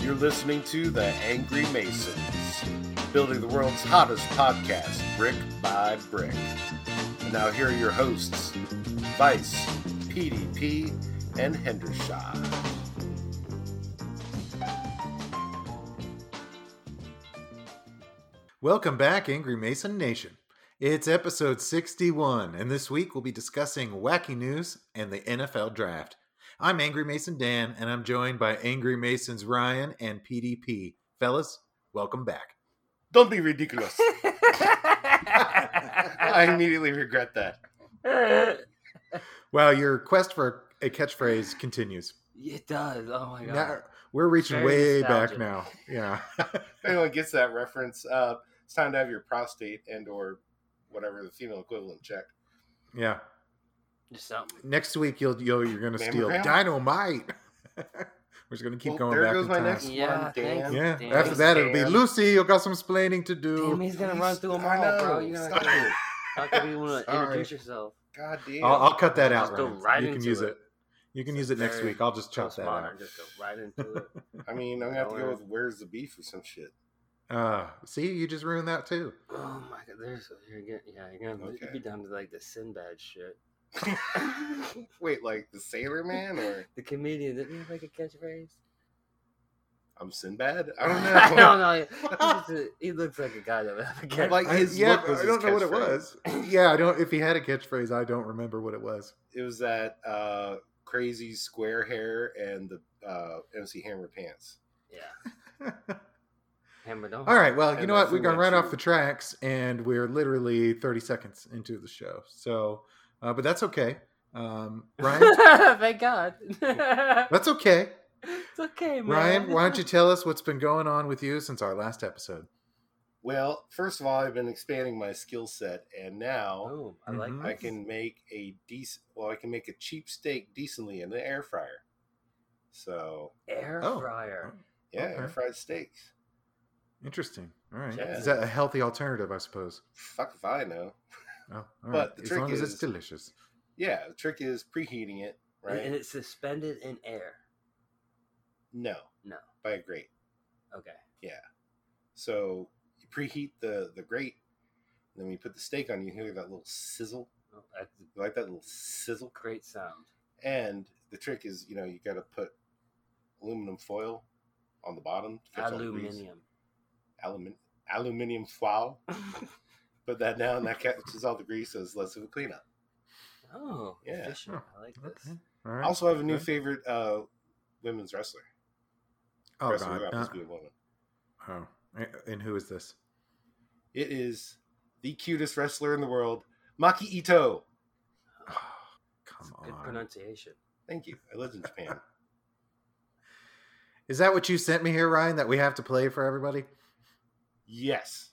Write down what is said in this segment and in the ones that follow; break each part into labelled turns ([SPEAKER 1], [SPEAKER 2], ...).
[SPEAKER 1] You're listening to The Angry Masons, building the world's hottest podcast, brick by brick. And now here are your hosts, Vice, PDP, and Hendershaw.
[SPEAKER 2] Welcome back, Angry Mason Nation. It's episode 61, and this week we'll be discussing wacky news and the NFL draft. I'm Angry Mason Dan, and I'm joined by Angry Masons Ryan and PDP. Fellas, welcome back.
[SPEAKER 1] Don't be ridiculous. I immediately regret that.
[SPEAKER 2] Well, your quest for a catchphrase continues.
[SPEAKER 3] It does. Oh my god.
[SPEAKER 2] Now- we're reaching
[SPEAKER 3] Very
[SPEAKER 2] way back
[SPEAKER 3] nostalgic.
[SPEAKER 2] now. Yeah.
[SPEAKER 1] If anyone gets that reference, uh, it's time to have your prostate and or whatever the female equivalent checked.
[SPEAKER 2] yeah.
[SPEAKER 3] Just something.
[SPEAKER 2] Next week you'll you'll you're gonna steal
[SPEAKER 1] Mammogram?
[SPEAKER 2] dynamite. We're just gonna keep
[SPEAKER 1] Well,
[SPEAKER 2] going
[SPEAKER 1] there
[SPEAKER 2] back
[SPEAKER 1] goes
[SPEAKER 2] in
[SPEAKER 1] my
[SPEAKER 2] time.
[SPEAKER 1] next
[SPEAKER 3] Yeah,
[SPEAKER 1] one, Dan.
[SPEAKER 3] thanks.
[SPEAKER 2] Yeah.
[SPEAKER 3] E Damn.
[SPEAKER 2] After that, it'll be
[SPEAKER 1] Damn.
[SPEAKER 2] Lucy. You got some explaining to
[SPEAKER 3] Damn,
[SPEAKER 2] do.
[SPEAKER 3] he's gonna run through them all,
[SPEAKER 1] I know.
[SPEAKER 3] bro. You're gonna
[SPEAKER 1] Stop it.
[SPEAKER 3] talk to people and
[SPEAKER 1] Sorry.
[SPEAKER 3] introduce yourself.
[SPEAKER 1] God damn.
[SPEAKER 2] I'll, I'll cut that out.
[SPEAKER 3] Just go
[SPEAKER 2] Ryan.
[SPEAKER 3] right
[SPEAKER 2] you can
[SPEAKER 3] into
[SPEAKER 2] use it.
[SPEAKER 3] it.
[SPEAKER 2] You can use it next
[SPEAKER 3] Very
[SPEAKER 2] week. I'll just chop that out.
[SPEAKER 3] Postmodern, Just go right into it.
[SPEAKER 1] I mean, I'm gonna have to go
[SPEAKER 3] Or-
[SPEAKER 1] with "Where's the beef" or some shit.
[SPEAKER 2] Uh, see, you just ruined that too.
[SPEAKER 3] Oh my god, there's you're gonna yeah you're gonna
[SPEAKER 1] Okay.
[SPEAKER 3] be down to like the Sinbad shit.
[SPEAKER 1] Wait, like the Sailor Man, or
[SPEAKER 3] The comedian didn't he have like a catchphrase?
[SPEAKER 1] I'm Um, Sinbad? I don't know.
[SPEAKER 3] I don't know. He's just a- he looks like a guy that would have a catchphrase.
[SPEAKER 1] Like
[SPEAKER 2] I-
[SPEAKER 1] his
[SPEAKER 2] yeah,
[SPEAKER 1] look was
[SPEAKER 2] I don't
[SPEAKER 1] his
[SPEAKER 2] know what it
[SPEAKER 1] catchphrase.
[SPEAKER 2] was. yeah, I don't. If he had a catchphrase, I don't remember what it was.
[SPEAKER 1] It was that uh, crazy square hair and the uh, MC Hammer pants.
[SPEAKER 3] yeah, hammer don't.
[SPEAKER 2] All right. Well, you
[SPEAKER 1] And
[SPEAKER 2] know
[SPEAKER 1] the
[SPEAKER 2] what? We've
[SPEAKER 1] Fu
[SPEAKER 2] gone right
[SPEAKER 1] Manchu.
[SPEAKER 2] off the tracks, and we're literally 30 seconds into the show. So, uh, but that's okay. Um, Ryan,
[SPEAKER 3] Thank God.
[SPEAKER 2] that's okay.
[SPEAKER 3] it's okay, man.
[SPEAKER 2] Ryan, why don't you tell us what's been going on with you since our last episode?
[SPEAKER 1] Well, first of all, I've been expanding my skill set, and now
[SPEAKER 3] Oh, I like.
[SPEAKER 2] Mhm.
[SPEAKER 1] I
[SPEAKER 3] this.
[SPEAKER 1] can make a decent. Well, I can make a cheap steak decently in the air fryer. So
[SPEAKER 3] air
[SPEAKER 2] Oh.
[SPEAKER 3] fryer.
[SPEAKER 1] yeah,
[SPEAKER 2] Okay.
[SPEAKER 1] air fried steaks.
[SPEAKER 2] Interesting. All right.
[SPEAKER 1] Yeah.
[SPEAKER 2] Is that a healthy alternative, I suppose?
[SPEAKER 1] Fuck if I know.
[SPEAKER 2] Oh, all right.
[SPEAKER 1] But the
[SPEAKER 2] as
[SPEAKER 1] trick
[SPEAKER 2] long as
[SPEAKER 1] is-
[SPEAKER 2] it's delicious.
[SPEAKER 1] Yeah, the trick is preheating it,
[SPEAKER 3] And-
[SPEAKER 1] right?
[SPEAKER 3] And it's suspended in air.
[SPEAKER 1] no,
[SPEAKER 3] No.
[SPEAKER 1] by a grate.
[SPEAKER 3] Okay.
[SPEAKER 1] So you preheat the the grate, and then when you put the steak on, you hear that little sizzle.
[SPEAKER 3] Well, that's a
[SPEAKER 1] You like that little sizzle?
[SPEAKER 3] great sound.
[SPEAKER 1] And the trick is, you know, you got to put aluminum foil on the bottom. to catch all the grease.
[SPEAKER 3] Aluminium.
[SPEAKER 1] Alumin- aluminum foil. Put that down, and that catches all the grease, so it's less of a cleanup.
[SPEAKER 3] oh,
[SPEAKER 1] Yeah.
[SPEAKER 3] efficient. I like this.
[SPEAKER 2] Okay. All right.
[SPEAKER 1] I also have a new
[SPEAKER 2] Okay.
[SPEAKER 1] favorite uh, women's wrestler.
[SPEAKER 2] Oh,
[SPEAKER 1] wrestler
[SPEAKER 2] God.
[SPEAKER 1] who happens
[SPEAKER 2] Uh,
[SPEAKER 1] to be a woman.
[SPEAKER 2] oh. And who is this?
[SPEAKER 1] It is the cutest wrestler in the world, Maki Ito.
[SPEAKER 2] Oh,
[SPEAKER 3] It's
[SPEAKER 2] come
[SPEAKER 3] good
[SPEAKER 2] on.
[SPEAKER 3] pronunciation.
[SPEAKER 1] Thank you. I lived in Japan.
[SPEAKER 2] Is that what you sent me here, Ryan, that we have to play for everybody?
[SPEAKER 1] yes.
[SPEAKER 4] 「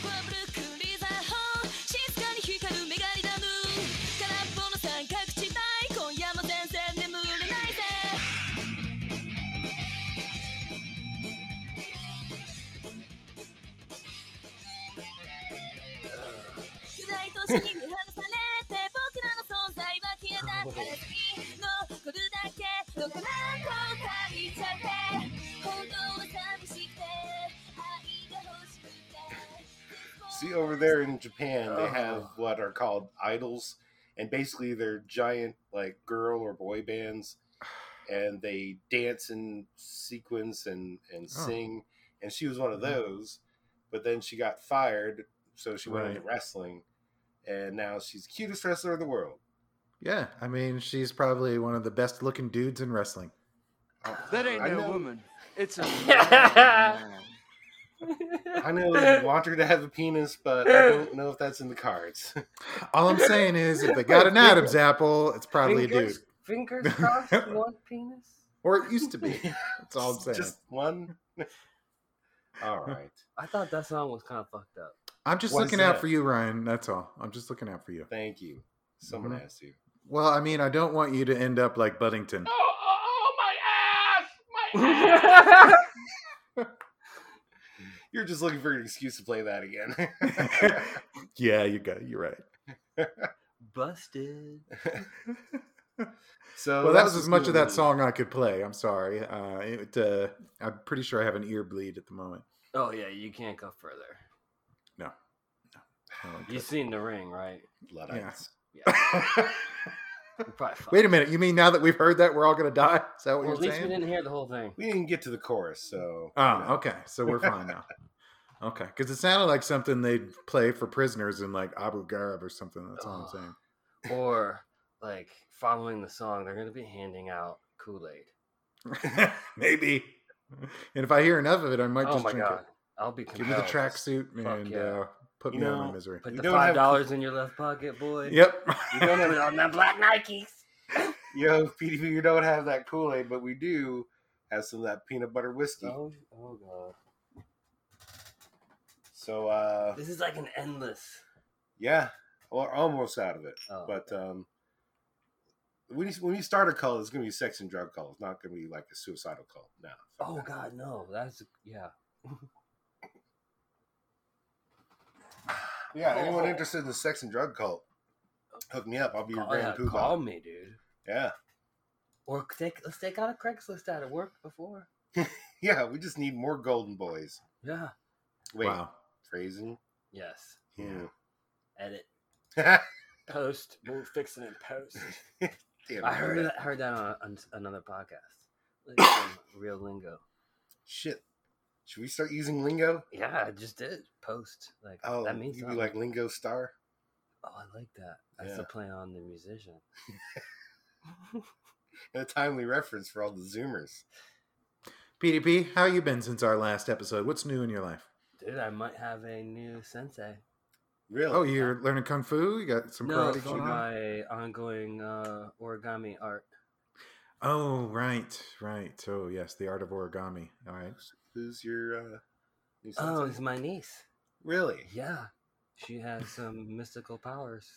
[SPEAKER 4] ここはブルックリーザーホー」「静かに光るメガリダム」「空っぽの三角地帯」「今夜も全然眠れないぜ」「巨大都市に見放されて僕らの存在は消えた」「悲しみ残るだけどこなんと旅ちゃって」「本当は寂しくて愛が欲しくて」
[SPEAKER 1] See over there in Japan, they
[SPEAKER 2] Uh-huh.
[SPEAKER 3] Oh.
[SPEAKER 1] have what are called idols, and basically they're giant like girl or boy bands, and they dance in sequence and and
[SPEAKER 2] Oh. Mm-hmm.
[SPEAKER 1] sing. And she was one of
[SPEAKER 2] Yeah.
[SPEAKER 1] those, but then she got fired, so she went into
[SPEAKER 2] Right.
[SPEAKER 1] wrestling, and now she's the cutest wrestler in the world.
[SPEAKER 2] Yeah. I mean, she's probably one of the best looking dudes in wrestling. Oh,
[SPEAKER 5] That ain't
[SPEAKER 1] I
[SPEAKER 5] no
[SPEAKER 1] know-
[SPEAKER 5] woman. It's a
[SPEAKER 1] I know you want her to have a penis, but I don't know if that's in the cards.
[SPEAKER 2] All I'm saying is, if they got an Adam's apple, it's probably a dude.
[SPEAKER 3] fingers, fingers crossed, one penis.
[SPEAKER 2] Or it used to be. That's all I'm saying.
[SPEAKER 1] Just one. All right.
[SPEAKER 3] I thought that song was kind of fucked up.
[SPEAKER 2] I'm just
[SPEAKER 1] What is
[SPEAKER 2] looking out
[SPEAKER 1] that?
[SPEAKER 2] for you, Ryan. That's all. I'm just looking out for you.
[SPEAKER 1] Thank you. Someone
[SPEAKER 2] Mhm.
[SPEAKER 1] has to.
[SPEAKER 2] Well, I mean, I don't want you to end up like Buddington.
[SPEAKER 1] Oh. You're just looking for an excuse to play that again.
[SPEAKER 2] yeah, you got. You're right.
[SPEAKER 3] Busted.
[SPEAKER 1] So
[SPEAKER 2] Well, that
[SPEAKER 1] Oh, that's
[SPEAKER 2] was as much of that
[SPEAKER 1] Scooby-Doo.
[SPEAKER 2] song I could play. I'm sorry. Uh, it, uh, I'm pretty sure I have an ear bleed at the moment.
[SPEAKER 3] Oh yeah, you can't go further.
[SPEAKER 2] I don't like
[SPEAKER 3] You seen the ring, right?
[SPEAKER 1] Luddites.
[SPEAKER 3] Yeah.
[SPEAKER 2] that.
[SPEAKER 3] you're probably fucked.
[SPEAKER 2] Wait a minute. You mean now that we've heard that, we're all going to die? Is that what
[SPEAKER 3] Well, at
[SPEAKER 2] you're
[SPEAKER 3] least we
[SPEAKER 2] saying?
[SPEAKER 3] didn't hear the whole thing.
[SPEAKER 1] We didn't get to the chorus, so
[SPEAKER 2] Oh, okay. So we're fine now. Okay, because it sounded like something they'd play for prisoners in like Abu Ghraib or something. That's all I'm
[SPEAKER 3] Oh.
[SPEAKER 2] saying.
[SPEAKER 3] Or like following the song, they're gonna be handing out Kool Aid. Oh.
[SPEAKER 2] Maybe. And if I hear enough of it, I might
[SPEAKER 3] Oh
[SPEAKER 2] just
[SPEAKER 3] my
[SPEAKER 2] drink
[SPEAKER 3] god,
[SPEAKER 2] it.
[SPEAKER 3] I'll be
[SPEAKER 2] Give me the
[SPEAKER 3] compelled.
[SPEAKER 2] tracksuit
[SPEAKER 3] Fuck
[SPEAKER 2] and
[SPEAKER 3] yeah.
[SPEAKER 2] uh, put
[SPEAKER 1] You
[SPEAKER 2] me out of
[SPEAKER 1] know-
[SPEAKER 2] my misery.
[SPEAKER 3] Put
[SPEAKER 1] We
[SPEAKER 3] the
[SPEAKER 1] don't have
[SPEAKER 3] five dollars in your left pocket, boy.
[SPEAKER 2] Yep.
[SPEAKER 3] You don't have it on them black Nikes.
[SPEAKER 1] yo PDP, you don't have that Kool Aid, but we do have some of that peanut butter whiskey.
[SPEAKER 3] Oh, oh god,
[SPEAKER 1] So uh,
[SPEAKER 3] this is like an endless.
[SPEAKER 1] yeah, we're almost out of it.
[SPEAKER 3] Oh,
[SPEAKER 1] But um, when you when you start a call, it's gonna be a sex and drug call. It's not gonna be like a suicidal call. No.
[SPEAKER 3] oh god, no, that's yeah.
[SPEAKER 1] Yeah. Anyone
[SPEAKER 3] Oh.
[SPEAKER 1] interested in the sex and drug cult? Hook me up. I'll be your
[SPEAKER 3] Call, yeah,
[SPEAKER 1] grand poobah.
[SPEAKER 3] call me, dude.
[SPEAKER 1] Yeah.
[SPEAKER 3] Or take let's take out a Craigslist ad. It worked before.
[SPEAKER 1] Yeah. We just need more golden boys.
[SPEAKER 3] Yeah.
[SPEAKER 1] Wait.
[SPEAKER 2] Wow.
[SPEAKER 1] Phrasing. Hmm.
[SPEAKER 3] Yes.
[SPEAKER 1] Yeah.
[SPEAKER 3] Edit.
[SPEAKER 1] Damn,
[SPEAKER 3] Post. We'll fix it in post. I
[SPEAKER 1] I
[SPEAKER 3] heard that, heard that on, on s- another podcast. Like some real lingo.
[SPEAKER 1] Shit. Should we start using lingo?
[SPEAKER 3] Yeah, I just did post. Like
[SPEAKER 1] Oh,
[SPEAKER 3] that means
[SPEAKER 1] you'd be
[SPEAKER 3] something.
[SPEAKER 1] like lingo star.
[SPEAKER 3] Oh, I like that. That's
[SPEAKER 1] Yeah.
[SPEAKER 3] the play on the musician.
[SPEAKER 1] And a timely reference for all the Zoomers.
[SPEAKER 2] PDP, how you been since our last episode? What's new in your life?
[SPEAKER 3] Dude, I might have a new sensei.
[SPEAKER 1] Really?
[SPEAKER 2] Oh, you're learning kung fu. You got some
[SPEAKER 3] No,
[SPEAKER 2] karate
[SPEAKER 3] for
[SPEAKER 2] going on.
[SPEAKER 3] my ongoing uh, origami art.
[SPEAKER 2] Oh, right, right. Oh, yes, the art of origami. All right.
[SPEAKER 1] Who's your uh, new
[SPEAKER 3] Oh,
[SPEAKER 1] sensei?
[SPEAKER 3] it's my niece.
[SPEAKER 1] really?
[SPEAKER 3] Yeah, she has some mystical powers.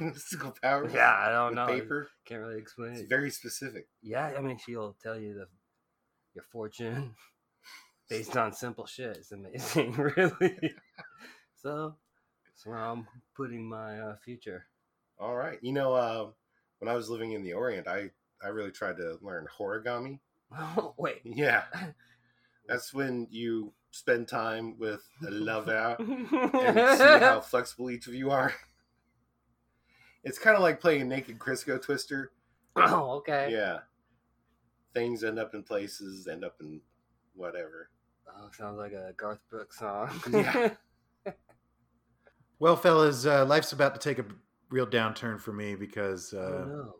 [SPEAKER 1] Mystical powers?
[SPEAKER 3] Yeah, I don't
[SPEAKER 1] With
[SPEAKER 3] know.
[SPEAKER 1] Paper?
[SPEAKER 3] Can't really explain
[SPEAKER 1] It's
[SPEAKER 3] it.
[SPEAKER 1] very specific.
[SPEAKER 3] Yeah, I mean, she'll tell you the your fortune based on simple shit. It's amazing, really. so, so I'm putting my uh, future.
[SPEAKER 1] All right. You know, uh, when I was living in the Orient, I, I really tried to learn horigami.
[SPEAKER 3] Oh wait.
[SPEAKER 1] Yeah. That's when you spend time with a lover and see how flexible each of you are. It's kind of like playing Naked Crisco Twister.
[SPEAKER 3] oh, okay.
[SPEAKER 1] Yeah. Things end up in places, end up in whatever.
[SPEAKER 3] Oh, sounds like a Garth Brooks song.
[SPEAKER 1] Yeah.
[SPEAKER 2] Well, fellas, uh, life's about to take a real downturn for me because, uh,
[SPEAKER 3] oh no.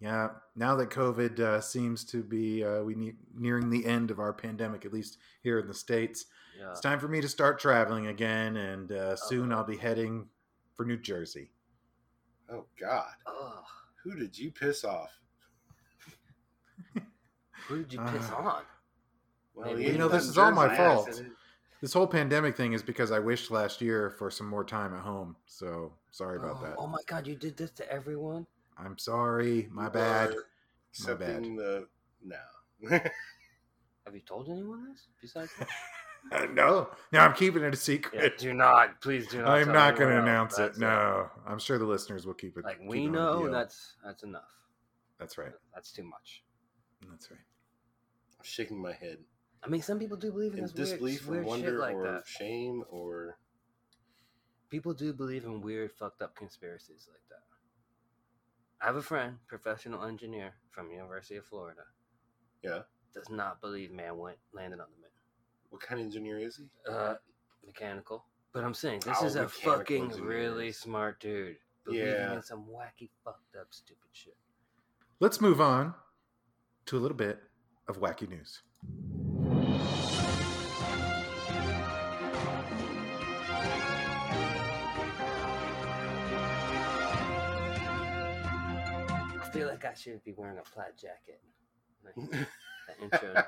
[SPEAKER 2] yeah, now that COVID uh, seems to be uh, we ne- nearing the end of our pandemic, at least here in the states,
[SPEAKER 3] Yeah.
[SPEAKER 2] it's time for me to start traveling again, and uh, soon
[SPEAKER 3] Uh-oh.
[SPEAKER 2] I'll be heading for New Jersey.
[SPEAKER 1] Oh, God.
[SPEAKER 3] Oh,
[SPEAKER 1] Who did you piss off?
[SPEAKER 3] who did you piss
[SPEAKER 2] Ah.
[SPEAKER 3] on?
[SPEAKER 1] Well,
[SPEAKER 3] Maybe
[SPEAKER 1] you
[SPEAKER 3] you
[SPEAKER 1] ended
[SPEAKER 3] know,
[SPEAKER 1] up
[SPEAKER 3] this
[SPEAKER 1] in
[SPEAKER 2] is all my
[SPEAKER 1] Jersey.
[SPEAKER 2] fault. This whole pandemic thing is because I wished last year for some more time at home. So sorry about
[SPEAKER 3] oh,
[SPEAKER 2] that.
[SPEAKER 3] oh my god, you did this to everyone?
[SPEAKER 2] I'm sorry. My bad.
[SPEAKER 1] Or Accepting the no.
[SPEAKER 3] Have you told anyone this besides me?
[SPEAKER 2] no, no, I'm keeping it a
[SPEAKER 3] Yeah,
[SPEAKER 2] secret.
[SPEAKER 3] do not, please do not.
[SPEAKER 2] I'm
[SPEAKER 3] tell
[SPEAKER 2] not going to
[SPEAKER 3] anyone
[SPEAKER 2] announce
[SPEAKER 3] else.
[SPEAKER 2] it.
[SPEAKER 3] That's
[SPEAKER 2] No, I'm sure the listeners will keep it.
[SPEAKER 3] Like
[SPEAKER 2] keep
[SPEAKER 3] we
[SPEAKER 2] it on the
[SPEAKER 3] know
[SPEAKER 2] DL.
[SPEAKER 3] that's that's enough.
[SPEAKER 2] that's right.
[SPEAKER 3] That's too much.
[SPEAKER 2] That's right.
[SPEAKER 1] I'm shaking my head
[SPEAKER 3] I mean, some people do believe in,
[SPEAKER 1] in
[SPEAKER 3] this weird-
[SPEAKER 1] disbelief or
[SPEAKER 3] weird, shit
[SPEAKER 1] wonder
[SPEAKER 3] like
[SPEAKER 1] or
[SPEAKER 3] that.
[SPEAKER 1] shame or
[SPEAKER 3] People do believe in weird, fucked up conspiracies like that. I have a friend, professional engineer from University of Florida.
[SPEAKER 1] Yeah.
[SPEAKER 3] does not believe man went landed on the moon.
[SPEAKER 1] what kind of engineer is he?
[SPEAKER 3] uh, mechanical. But I'm saying this
[SPEAKER 1] Oh,
[SPEAKER 3] is a
[SPEAKER 1] mechanical
[SPEAKER 3] fucking
[SPEAKER 1] engineers.
[SPEAKER 3] really smart dude. Believing
[SPEAKER 1] Yeah.
[SPEAKER 3] in some wacky, fucked up, stupid shit.
[SPEAKER 2] Let's move on to a little bit of wacky news.
[SPEAKER 3] I feel like I should be wearing a plaid jacket. Like, that intro.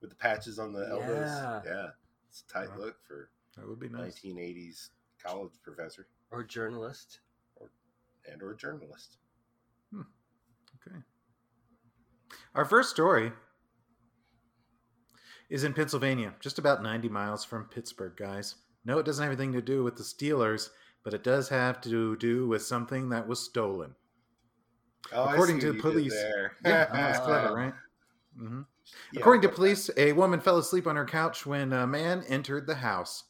[SPEAKER 1] With the patches on the elbows.
[SPEAKER 3] Yeah.
[SPEAKER 1] Yeah. It's a tight
[SPEAKER 2] Wow.
[SPEAKER 1] look for
[SPEAKER 2] That would be nice.
[SPEAKER 1] 1980s college professor
[SPEAKER 3] or journalist.
[SPEAKER 1] and or journalist.
[SPEAKER 2] Okay. Our first story is in Pennsylvania, just about 90 miles from Pittsburgh, guys. No, it doesn't have anything to do with the Steelers, but it does have to do with something that was stolen.
[SPEAKER 1] Oh, I
[SPEAKER 2] According
[SPEAKER 1] see
[SPEAKER 2] to
[SPEAKER 1] what
[SPEAKER 2] the
[SPEAKER 1] you did
[SPEAKER 2] police.
[SPEAKER 1] there.
[SPEAKER 2] Yeah, that's clever, right? hmm According to police, a woman fell asleep on her couch when a man entered the house.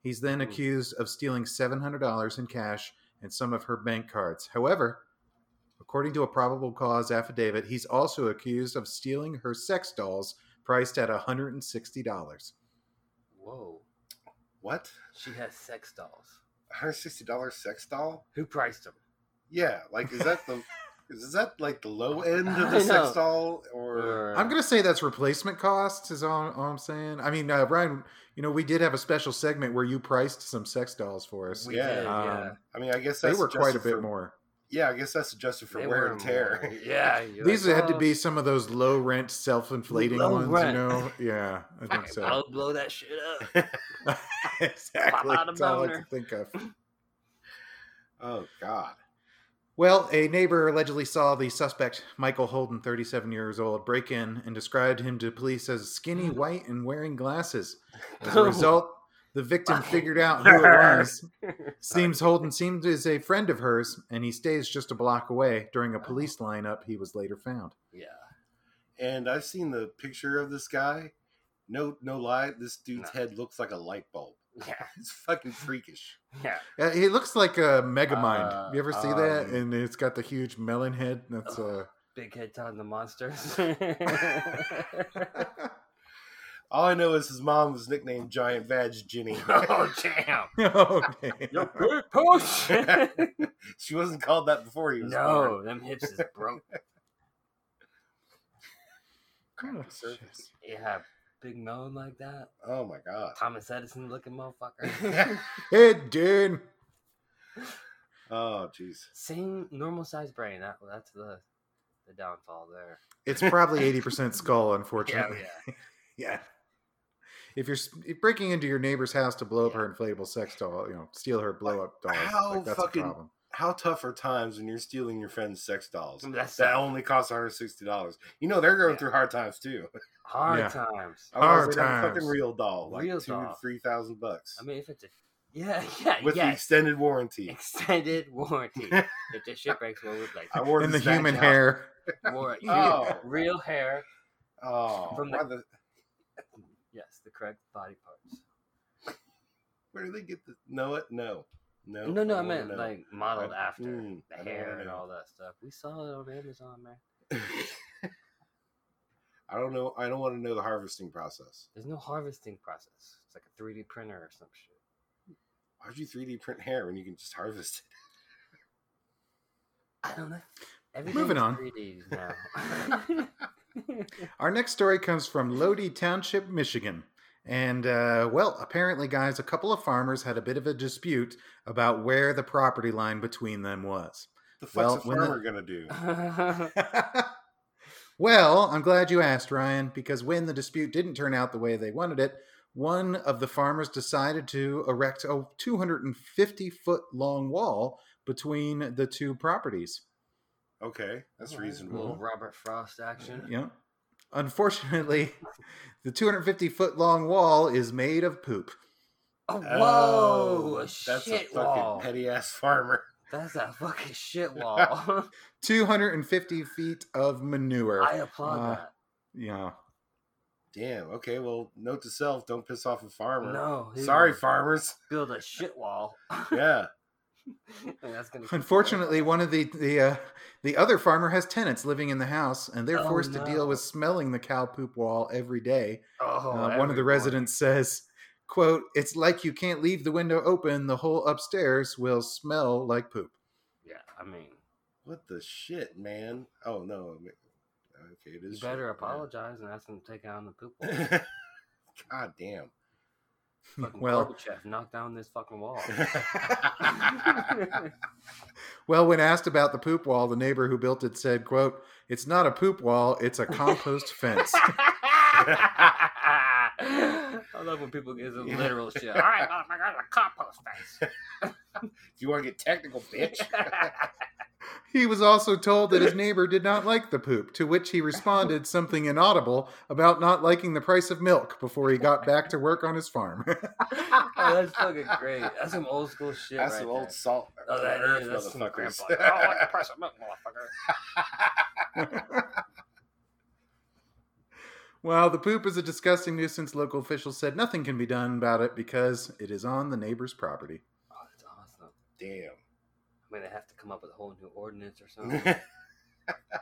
[SPEAKER 2] He's then
[SPEAKER 3] Hmm.
[SPEAKER 2] accused of stealing $700 in cash and some of her bank cards. However, according to a probable cause affidavit, he's also accused of stealing her sex dolls priced at $160.
[SPEAKER 3] Whoa.
[SPEAKER 1] what?
[SPEAKER 3] She has sex dolls.
[SPEAKER 1] $160 sex doll?
[SPEAKER 3] Who priced them?
[SPEAKER 1] Yeah, like is that the is that like the low end of
[SPEAKER 3] I
[SPEAKER 1] the sex
[SPEAKER 3] know.
[SPEAKER 1] doll or
[SPEAKER 2] I'm going to say that's replacement costs, is all, all I'm saying. I mean, uh, Brian, you know, we did have a special segment where you priced some sex dolls for us.
[SPEAKER 3] We
[SPEAKER 1] Yeah,
[SPEAKER 3] did, yeah.
[SPEAKER 2] um,
[SPEAKER 1] I mean, I guess
[SPEAKER 2] they
[SPEAKER 1] that's
[SPEAKER 2] were quite a
[SPEAKER 1] adjusted
[SPEAKER 2] bit
[SPEAKER 1] for-
[SPEAKER 2] more.
[SPEAKER 1] Yeah, I guess that's adjusted for
[SPEAKER 3] They
[SPEAKER 1] wear
[SPEAKER 3] were
[SPEAKER 1] and tear.
[SPEAKER 3] more- Yeah. you're
[SPEAKER 2] These
[SPEAKER 3] like,
[SPEAKER 2] had to
[SPEAKER 3] "Oh,
[SPEAKER 2] be some of those low rent, self inflating
[SPEAKER 3] Low
[SPEAKER 2] ones,
[SPEAKER 3] rent.
[SPEAKER 2] you know? Yeah, I think
[SPEAKER 3] fuck,
[SPEAKER 2] so.
[SPEAKER 3] I'll blow that shit up.
[SPEAKER 2] exactly.
[SPEAKER 3] out a
[SPEAKER 2] That's all I
[SPEAKER 3] boner.
[SPEAKER 2] can think of.
[SPEAKER 1] Oh God.
[SPEAKER 2] Well, a neighbor allegedly saw the suspect, Michael Holden, 37 years old, break in and described him to police as skinny,
[SPEAKER 3] Mm.
[SPEAKER 2] white, and wearing glasses. As a
[SPEAKER 3] Oh,
[SPEAKER 2] result, the victim figured out who it was. Seems Holden seemed is a friend of hers, and he stays just a block away. During a police lineup, he was later found.
[SPEAKER 3] Yeah.
[SPEAKER 1] And I've seen the picture of this guy. No, no lie. This dude's
[SPEAKER 3] No.
[SPEAKER 1] head looks like a light bulb.
[SPEAKER 3] Yeah.
[SPEAKER 1] It's fucking freakish.
[SPEAKER 3] Yeah.
[SPEAKER 2] Uh, he looks like a Megamind.
[SPEAKER 1] Uh,
[SPEAKER 2] you ever see that?
[SPEAKER 1] um,
[SPEAKER 2] And it's got the huge melon head. That's uh,
[SPEAKER 3] Big head Todd the monster.
[SPEAKER 1] All I know is his mom was nicknamed Giant Vag Ginny.
[SPEAKER 3] oh damn.
[SPEAKER 2] okay.
[SPEAKER 3] Your big push.
[SPEAKER 1] she wasn't called that before he was born.
[SPEAKER 3] no, Oh, them hips is broke.
[SPEAKER 1] Crack
[SPEAKER 2] Oh,
[SPEAKER 1] the surface.
[SPEAKER 2] shit.
[SPEAKER 3] Yeah, big melon like that.
[SPEAKER 1] Oh my god.
[SPEAKER 3] Thomas Edison looking motherfucker.
[SPEAKER 2] Hey, dude.
[SPEAKER 1] oh jeez.
[SPEAKER 3] Same normal sized brain. That that's the the downfall there.
[SPEAKER 2] It's probably eighty percent skull,
[SPEAKER 3] Yeah,
[SPEAKER 2] unfortunately.
[SPEAKER 3] yeah.
[SPEAKER 2] Yeah. If you're s- if breaking into your neighbor's house to blow up
[SPEAKER 3] Yeah.
[SPEAKER 2] her inflatable sex doll, you know, steal her blow up doll,
[SPEAKER 1] how
[SPEAKER 2] like, that's
[SPEAKER 1] fucking-
[SPEAKER 2] a problem.
[SPEAKER 1] How tough are times when you're stealing your friend's sex dolls?
[SPEAKER 3] That's
[SPEAKER 1] That only costs $160. You know they're going
[SPEAKER 3] Yeah.
[SPEAKER 1] through hard times too.
[SPEAKER 3] hard
[SPEAKER 2] Yeah.
[SPEAKER 3] times.
[SPEAKER 1] I wanna
[SPEAKER 2] Hard
[SPEAKER 1] say that's A fucking
[SPEAKER 2] times.
[SPEAKER 1] real doll, like
[SPEAKER 3] Real
[SPEAKER 1] two,
[SPEAKER 3] doll.
[SPEAKER 1] three thousand bucks
[SPEAKER 3] I mean, if it's a yeah, yeah,
[SPEAKER 1] with the
[SPEAKER 3] yes.
[SPEAKER 1] extended warranty.
[SPEAKER 3] extended warranty. if the shit breaks, we'll replace
[SPEAKER 1] I wore
[SPEAKER 2] And the
[SPEAKER 1] this back
[SPEAKER 2] human
[SPEAKER 1] out.
[SPEAKER 2] hair.
[SPEAKER 3] it. Warranty.
[SPEAKER 1] Oh.
[SPEAKER 3] Real hair.
[SPEAKER 1] Oh,
[SPEAKER 3] From
[SPEAKER 1] why
[SPEAKER 3] the-
[SPEAKER 1] the-
[SPEAKER 3] Yes, the correct body parts.
[SPEAKER 1] where do they get the? No, it no, Oh, no,
[SPEAKER 3] No, no, I
[SPEAKER 1] wanna
[SPEAKER 3] meant
[SPEAKER 1] know.
[SPEAKER 3] like modeled
[SPEAKER 1] I-
[SPEAKER 3] after
[SPEAKER 1] mm, I
[SPEAKER 3] the
[SPEAKER 1] don't
[SPEAKER 3] hair
[SPEAKER 1] wanna
[SPEAKER 3] and
[SPEAKER 1] know.
[SPEAKER 3] all that stuff. We saw it on Amazon, man.
[SPEAKER 1] I don't know. I don't want to know the harvesting process.
[SPEAKER 3] There's no harvesting process. It's like a 3D printer or some shit.
[SPEAKER 1] Why would you 3D print hair when you can just harvest
[SPEAKER 3] I don't know.
[SPEAKER 2] Moving
[SPEAKER 3] Everything's
[SPEAKER 2] on.
[SPEAKER 3] 3D now.
[SPEAKER 2] Our next story comes from Lodi Township, Michigan. And, uh, well, apparently, guys, a couple of farmers had a bit of a dispute about where the property line between them was.
[SPEAKER 1] it? The fuck's
[SPEAKER 2] Well,
[SPEAKER 1] a
[SPEAKER 2] when the-
[SPEAKER 1] farmer gonna do?
[SPEAKER 2] well, I'm glad you asked, Ryan, because when the dispute didn't turn out the way they wanted it, one of the farmers decided to erect a 250 foot long wall between the two properties.
[SPEAKER 1] Okay, that's
[SPEAKER 3] Alright, Little
[SPEAKER 1] reasonable.
[SPEAKER 3] Robert Frost action.
[SPEAKER 2] Yeah. Unfortunately, the 250 foot long wall is made of poop.
[SPEAKER 3] Oh,
[SPEAKER 1] Oh,
[SPEAKER 3] whoa! a
[SPEAKER 1] that's a
[SPEAKER 3] shit
[SPEAKER 1] fucking
[SPEAKER 3] wall.
[SPEAKER 1] petty ass farmer.
[SPEAKER 3] That's a fucking shit wall.
[SPEAKER 2] 250 feet of manure.
[SPEAKER 3] I applaud
[SPEAKER 2] Uh,
[SPEAKER 3] that.
[SPEAKER 2] yeah.
[SPEAKER 1] Damn. Okay. Well, note to self: don't piss off a farmer.
[SPEAKER 3] No, he
[SPEAKER 1] Sorry,
[SPEAKER 3] will
[SPEAKER 1] farmers.
[SPEAKER 3] Build a shit wall.
[SPEAKER 1] Yeah.
[SPEAKER 3] And that's gonna.
[SPEAKER 2] Unfortunately, one of the the uh, the other farmer has tenants living in the house, and they're
[SPEAKER 3] Oh,
[SPEAKER 2] forced to deal
[SPEAKER 3] no.
[SPEAKER 2] with smelling the cow poop wall every day.
[SPEAKER 3] Oh,
[SPEAKER 2] Uh, one of the
[SPEAKER 3] everyone.
[SPEAKER 2] residents says, "quote It's like you can't leave the window open. The whole upstairs will smell like poop."
[SPEAKER 3] Yeah, I mean,
[SPEAKER 1] What the shit, man? Oh no. I mean- Okay, it
[SPEAKER 3] you
[SPEAKER 1] is.
[SPEAKER 3] better
[SPEAKER 1] shit, man.
[SPEAKER 3] apologize and ask them to take out the poop wall.
[SPEAKER 1] God damn.
[SPEAKER 3] Fucking
[SPEAKER 2] Well-
[SPEAKER 3] Gorbachev knocked down this fucking wall.
[SPEAKER 2] Well, when asked about the poop wall, the neighbor who built it said, "quote It's not a poop wall. It's a compost fence."
[SPEAKER 3] I love when people get some
[SPEAKER 1] Yeah.
[SPEAKER 3] literal shit. All right, motherfucker, I'm a compost
[SPEAKER 1] If you want to get technical, bitch.
[SPEAKER 3] face.
[SPEAKER 2] He was also told that his neighbor did not like the poop, to which he responded something inaudible about not liking the price of milk before he got back to work on his farm.
[SPEAKER 3] Oh, that's fucking great. That's some old school shit.
[SPEAKER 1] That's
[SPEAKER 3] right
[SPEAKER 1] some
[SPEAKER 3] there.
[SPEAKER 1] old salt.
[SPEAKER 3] Oh, that
[SPEAKER 1] earth
[SPEAKER 3] is. That's some
[SPEAKER 1] motherfuckers.
[SPEAKER 3] grandpa. I don't like the price of milk, motherfucker.
[SPEAKER 2] While the poop is a disgusting nuisance, local officials said nothing can be done about it because it is on the neighbor's property.
[SPEAKER 3] Oh, that's awesome.
[SPEAKER 1] Damn.
[SPEAKER 3] I'm gonna have to come up with a whole new ordinance or something. Oh.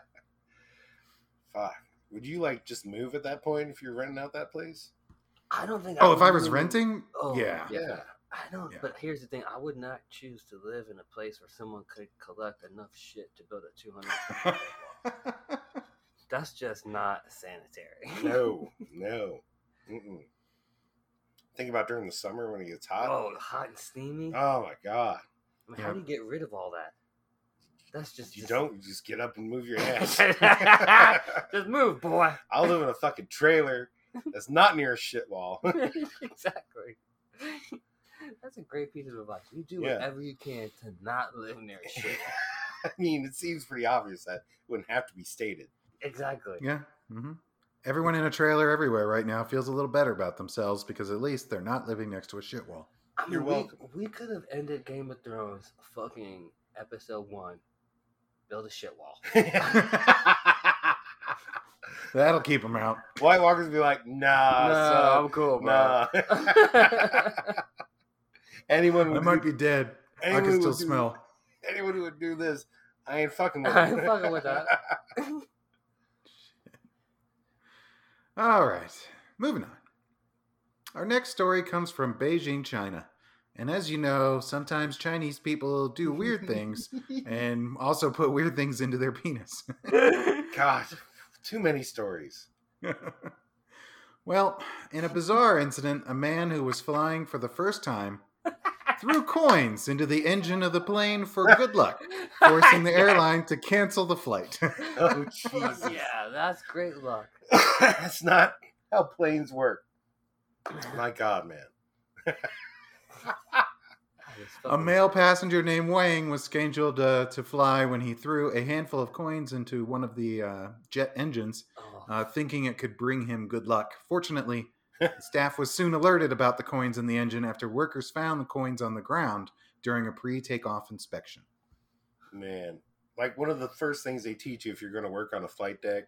[SPEAKER 1] Fuck. Would you like just move at that point if you're renting out that place?
[SPEAKER 3] I don't think.
[SPEAKER 2] Oh, if
[SPEAKER 3] would
[SPEAKER 2] I was
[SPEAKER 3] really-
[SPEAKER 2] renting?
[SPEAKER 3] Oh,
[SPEAKER 2] yeah.
[SPEAKER 1] Yeah.
[SPEAKER 3] I don't.
[SPEAKER 2] Yeah.
[SPEAKER 3] But here's the thing: I would not choose to live in a place where someone could collect enough shit to build a 200. That's just not sanitary.
[SPEAKER 1] No. No. Mm-mm. Think about during the summer when it gets hot.
[SPEAKER 3] oh, hot and steamy.
[SPEAKER 1] Oh, my god.
[SPEAKER 3] I mean, How
[SPEAKER 2] yeah.
[SPEAKER 3] do you get rid of all that? That's just
[SPEAKER 1] You
[SPEAKER 3] just-
[SPEAKER 1] don't. You just get up and move your ass.
[SPEAKER 3] Just move, boy.
[SPEAKER 1] I live in a fucking trailer that's not near a shit wall.
[SPEAKER 3] exactly. That's a great piece of advice. You do
[SPEAKER 1] Yeah.
[SPEAKER 3] whatever you can to not live near a shit.
[SPEAKER 1] I mean, it seems pretty obvious that wouldn't have to be stated.
[SPEAKER 3] exactly.
[SPEAKER 2] Yeah. hmm Everyone in a trailer everywhere right now feels a little better about themselves because at least they're not living next to a shit wall.
[SPEAKER 3] I mean,
[SPEAKER 1] You're
[SPEAKER 3] we-
[SPEAKER 1] welcome.
[SPEAKER 3] We, could have ended Game of Thrones fucking episode one. Build a shit wall.
[SPEAKER 2] That'll keep them out.
[SPEAKER 1] White Walkers be like, nah,
[SPEAKER 3] no, I'm cool,
[SPEAKER 1] son,
[SPEAKER 3] bro.
[SPEAKER 1] nah. anyone
[SPEAKER 2] I
[SPEAKER 1] would
[SPEAKER 2] might
[SPEAKER 1] do,
[SPEAKER 2] be dead. I
[SPEAKER 1] anyone
[SPEAKER 2] can still
[SPEAKER 1] would do-
[SPEAKER 2] smell.
[SPEAKER 1] Anyone who would do this, I ain't fucking with
[SPEAKER 3] I
[SPEAKER 1] it.
[SPEAKER 3] ain't fucking with that.
[SPEAKER 2] All right, moving on. Our next story comes from Beijing, China. And as you know, sometimes Chinese people do weird things and also put weird things into their penis.
[SPEAKER 1] God, too many stories.
[SPEAKER 2] well, in a bizarre incident, a man who was flying for the first time threw coins into the engine of the plane for good luck, forcing the airline to cancel the flight.
[SPEAKER 1] Oh, Jesus.
[SPEAKER 3] yeah, that's great luck.
[SPEAKER 1] That's not how planes work. My God, man.
[SPEAKER 3] That is
[SPEAKER 2] A
[SPEAKER 3] fucking-
[SPEAKER 2] male passenger named Wang was scheduled uh, to fly when he threw a handful of coins into one of the uh, jet engines,
[SPEAKER 3] Oh,
[SPEAKER 2] uh, thinking it could bring him good luck. Fortunately, staff was soon alerted about the coins in the engine after workers found the coins on the ground during a pre takeoff inspection.
[SPEAKER 1] Man, like one of the first things they teach you if you're going to work on a flight deck,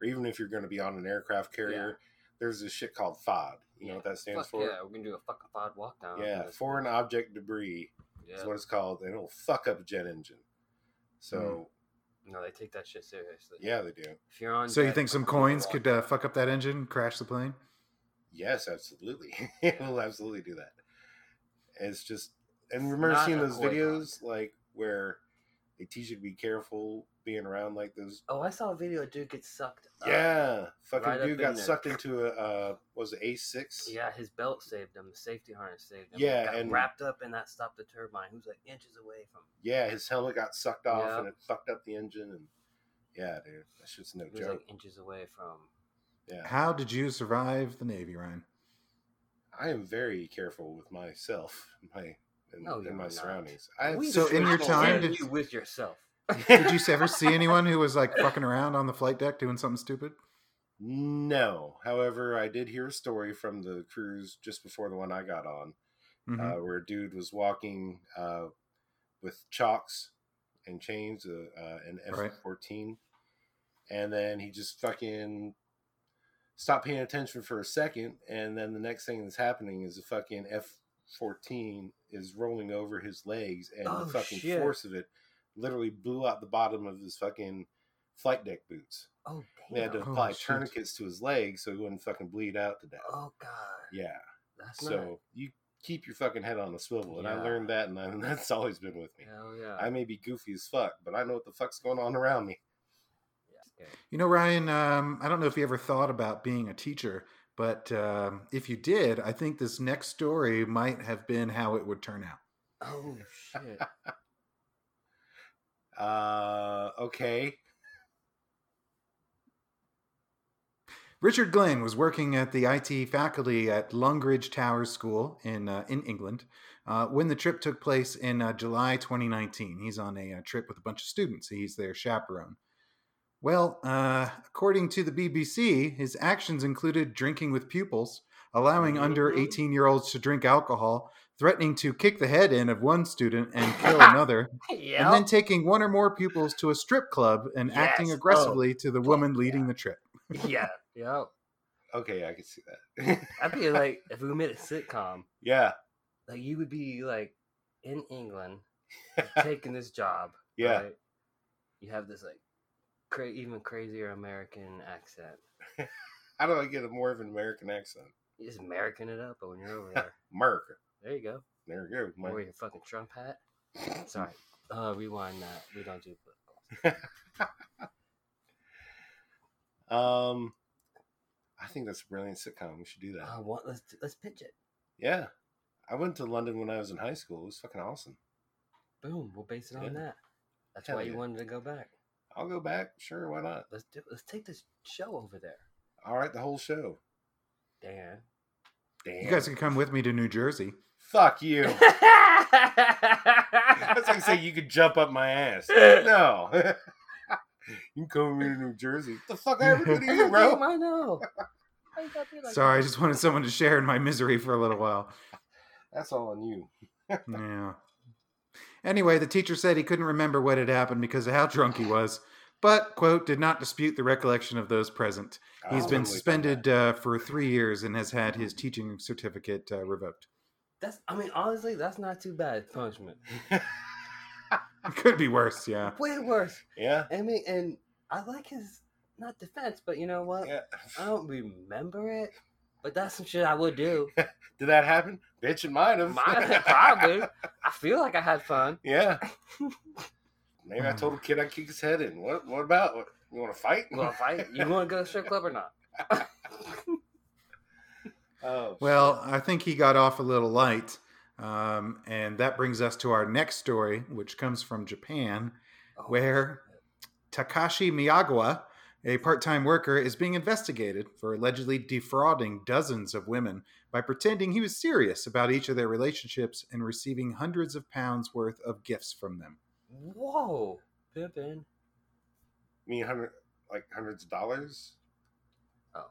[SPEAKER 1] or even if you're going to be on an aircraft carrier, there's this shit called FOD. You know what that stands
[SPEAKER 3] fuck
[SPEAKER 1] for?
[SPEAKER 3] Yeah, we're gonna do a fucking pod walk down.
[SPEAKER 1] Yeah,
[SPEAKER 3] That's-
[SPEAKER 1] foreign object debris
[SPEAKER 3] Yeah.
[SPEAKER 1] is what it's called, and it'll fuck up a jet engine. So
[SPEAKER 3] No, they take that shit seriously.
[SPEAKER 1] yeah, they do.
[SPEAKER 3] If you're on
[SPEAKER 2] So, you
[SPEAKER 3] deck,
[SPEAKER 2] think some
[SPEAKER 3] fucking
[SPEAKER 2] coins
[SPEAKER 3] walk
[SPEAKER 2] could uh,
[SPEAKER 3] down.
[SPEAKER 2] fuck up that engine, crash the plane?
[SPEAKER 1] Yes, absolutely. it will absolutely do that. It's just, and remember
[SPEAKER 3] Not
[SPEAKER 1] seeing
[SPEAKER 3] a
[SPEAKER 1] those
[SPEAKER 3] koi
[SPEAKER 1] videos like where they teach you to be careful being around like those.
[SPEAKER 3] Oh, I saw a video. A dude get sucked. up.
[SPEAKER 1] yeah, fucking
[SPEAKER 3] Uh, right up
[SPEAKER 1] dude
[SPEAKER 3] in
[SPEAKER 1] got
[SPEAKER 3] there.
[SPEAKER 1] sucked into a uh, what was it A six?
[SPEAKER 3] Yeah, his belt saved him. The safety harness saved him.
[SPEAKER 1] Yeah,
[SPEAKER 3] got
[SPEAKER 1] and-
[SPEAKER 3] wrapped up in that stopped the turbine. He was like inches away from.
[SPEAKER 1] yeah, his helmet got sucked off
[SPEAKER 3] Yeah.
[SPEAKER 1] and it fucked up the engine. And yeah, dude, that shit's no
[SPEAKER 3] He was
[SPEAKER 1] joke.
[SPEAKER 3] like inches away from.
[SPEAKER 1] yeah,
[SPEAKER 2] How did you survive the Navy, Ryan?
[SPEAKER 1] I am very careful with myself, my and,
[SPEAKER 3] No, you're
[SPEAKER 1] and my
[SPEAKER 3] not.
[SPEAKER 1] surroundings. I have
[SPEAKER 3] We
[SPEAKER 2] So in your
[SPEAKER 3] should
[SPEAKER 2] time,
[SPEAKER 3] share
[SPEAKER 2] did-
[SPEAKER 3] you with yourself.
[SPEAKER 2] Did you ever see anyone who was like fucking around on the flight deck doing something stupid?
[SPEAKER 1] No. However, I did hear a story from the cruise just before the one I got on,
[SPEAKER 2] Mhm.
[SPEAKER 3] Mm-hmm.
[SPEAKER 1] uh, where a dude was walking uh, with chocks and chains, uh, uh, an
[SPEAKER 2] Right.
[SPEAKER 1] F fourteen, and then he just fucking stopped paying attention for a second, and then the next thing that's happening is a fucking F fourteen is rolling over his legs, and
[SPEAKER 3] Oh,
[SPEAKER 1] the fucking
[SPEAKER 3] shit.
[SPEAKER 1] force of it literally blew out the bottom of his fucking flight deck boots.
[SPEAKER 3] Oh
[SPEAKER 1] They had to
[SPEAKER 3] damn.
[SPEAKER 2] Oh,
[SPEAKER 1] apply
[SPEAKER 2] shit.
[SPEAKER 1] tourniquets to his legs so he wouldn't fucking bleed out to death.
[SPEAKER 3] Oh god.
[SPEAKER 1] Yeah.
[SPEAKER 3] That's
[SPEAKER 1] So
[SPEAKER 3] not.
[SPEAKER 1] you keep your fucking head on a swivel. And I
[SPEAKER 3] Yeah.
[SPEAKER 1] learned that, and I, that's always been with me.
[SPEAKER 3] Hell yeah.
[SPEAKER 1] I may be goofy as fuck, but I know what the fuck's going on around me.
[SPEAKER 3] Yeah, okay.
[SPEAKER 2] You know, Ryan, um, I don't know if you ever thought about being a teacher, but um, if you did, I think this next story might have been how it would turn out.
[SPEAKER 3] Oh shit.
[SPEAKER 1] Uh, okay.
[SPEAKER 2] Richard Glenn was working at the IT faculty at Lungridge Towers School in uh, in England uh, when the trip took place in uh, July 2019. He's on a, uh trip with a bunch of students. He's their chaperone. Well, uh, according to the BBC, his actions included drinking with pupils, allowing under
[SPEAKER 3] Mhm.
[SPEAKER 2] 18 year olds to drink alcohol, threatening to kick the head in of one student and kill another, and then taking one or more pupils to a strip club and acting
[SPEAKER 3] Yes. Oh,
[SPEAKER 2] aggressively to the woman
[SPEAKER 3] yeah.
[SPEAKER 2] leading the trip.
[SPEAKER 3] yeah. Yeah.
[SPEAKER 1] Okay, I can see that.
[SPEAKER 3] I'd be like, if we made a sitcom,
[SPEAKER 1] yeah,
[SPEAKER 3] like you would be like in England taking this job.
[SPEAKER 1] yeah.
[SPEAKER 3] right? You have this like cra- even crazier American accent.
[SPEAKER 1] How do I get a more of an American accent?
[SPEAKER 3] You just American it up, but when you're over there,
[SPEAKER 1] America.
[SPEAKER 3] there you go.
[SPEAKER 1] There you go.
[SPEAKER 3] Wear
[SPEAKER 1] Mike.
[SPEAKER 3] your fucking Trump hat. Sorry. Uh, rewind that. We don't do political.
[SPEAKER 1] Um, I think that's a brilliant sitcom. We should do that.
[SPEAKER 3] Uh, what, let's let's pitch it.
[SPEAKER 1] Yeah, I went to London when I was in high school. It was fucking awesome.
[SPEAKER 3] Boom. We'll base it on
[SPEAKER 1] Yeah.
[SPEAKER 3] that. That's
[SPEAKER 1] Hell
[SPEAKER 3] why you
[SPEAKER 1] yeah.
[SPEAKER 3] wanted to go back.
[SPEAKER 1] I'll go back. Sure, why not?
[SPEAKER 3] Let's do. Let's take this show over there.
[SPEAKER 1] All right, the whole show.
[SPEAKER 3] Dan.
[SPEAKER 1] Damn.
[SPEAKER 2] You guys can come with me to New Jersey.
[SPEAKER 1] Fuck you. I was gonna
[SPEAKER 3] That's
[SPEAKER 1] say you could jump up my ass. No. you can come to New Jersey. The fuck I ever do to you, bro?
[SPEAKER 3] I know. Why you gotta be like
[SPEAKER 2] Sorry, I
[SPEAKER 3] that?
[SPEAKER 2] just wanted someone to share in my misery for a little while.
[SPEAKER 1] That's all on you.
[SPEAKER 2] Yeah. Anyway, the teacher said he couldn't remember what had happened because of how drunk he was, but, quote, did not dispute the recollection of those present. He's
[SPEAKER 1] I'll
[SPEAKER 2] been
[SPEAKER 1] totally come back.
[SPEAKER 2] suspended uh, for three years and has had his teaching certificate uh, revoked.
[SPEAKER 3] That's. I mean, honestly, that's not too bad punishment.
[SPEAKER 2] It could be worse, yeah.
[SPEAKER 3] Way worse.
[SPEAKER 1] Yeah.
[SPEAKER 3] I mean, and I like his not defense, but you know what?
[SPEAKER 1] Yeah.
[SPEAKER 3] I don't remember it, but that's some shit I would do.
[SPEAKER 1] Did that happen? Bitch, it might have.
[SPEAKER 3] Mine, probably. I feel like I had fun.
[SPEAKER 1] Yeah. Maybe I told a kid I'd kick his head in. What what about? What, you want to fight?
[SPEAKER 3] Well, if I, you want to go to strip club or not?
[SPEAKER 1] oh,
[SPEAKER 2] Well, I think he got off a little light. Um, and that brings us to our next story, which comes from Japan.
[SPEAKER 3] Oh,
[SPEAKER 2] where Takashi Miyagawa, a part time worker, is being investigated for allegedly defrauding dozens of women by pretending he was serious about each of their relationships and receiving hundreds of pounds worth of gifts from them.
[SPEAKER 3] Whoa, pimpin'.
[SPEAKER 1] I mean, hundred like hundreds of dollars.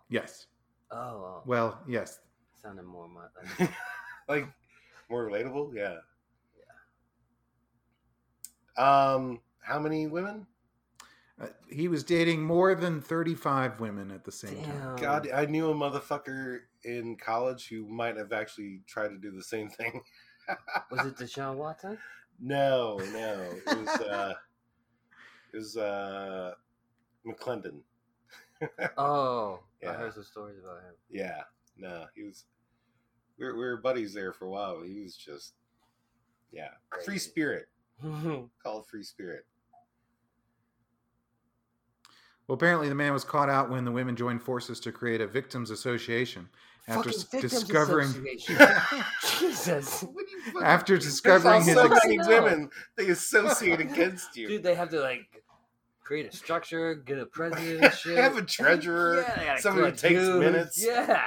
[SPEAKER 2] Yes.
[SPEAKER 3] Oh, oh
[SPEAKER 2] Well, yes.
[SPEAKER 3] sounded more my. Like,
[SPEAKER 1] like more relatable. Yeah. Yeah. Um, how many women?
[SPEAKER 2] Uh, he was dating more than 35 women at the same time.
[SPEAKER 3] damn.
[SPEAKER 1] God, I knew a motherfucker in college who might have actually tried to do the same thing.
[SPEAKER 3] was it Deshaun Watson?
[SPEAKER 1] No, no, it was uh, it was uh, McClendon.
[SPEAKER 3] Oh, I
[SPEAKER 1] Yeah.
[SPEAKER 3] heard some stories about him.
[SPEAKER 1] Yeah, no, he was. We were, we were buddies there for a while. He was just, yeah, free
[SPEAKER 3] Crazy.
[SPEAKER 1] spirit. Called free spirit.
[SPEAKER 2] Well, apparently the man was caught out when the women joined forces to create a victims association. After
[SPEAKER 3] Fucking
[SPEAKER 2] s-
[SPEAKER 3] Victims
[SPEAKER 2] discovering-
[SPEAKER 3] Association. Jesus,
[SPEAKER 2] After
[SPEAKER 1] There's
[SPEAKER 2] discovering his
[SPEAKER 1] so
[SPEAKER 2] ex-
[SPEAKER 1] many
[SPEAKER 3] No.
[SPEAKER 1] women they associate against you.
[SPEAKER 3] dude, they have to like create a structure, get a president, and shit.
[SPEAKER 1] Have a treasurer,
[SPEAKER 3] they gotta
[SPEAKER 1] someone who
[SPEAKER 3] collect
[SPEAKER 1] takes
[SPEAKER 3] dues.
[SPEAKER 1] minutes.
[SPEAKER 3] Yeah,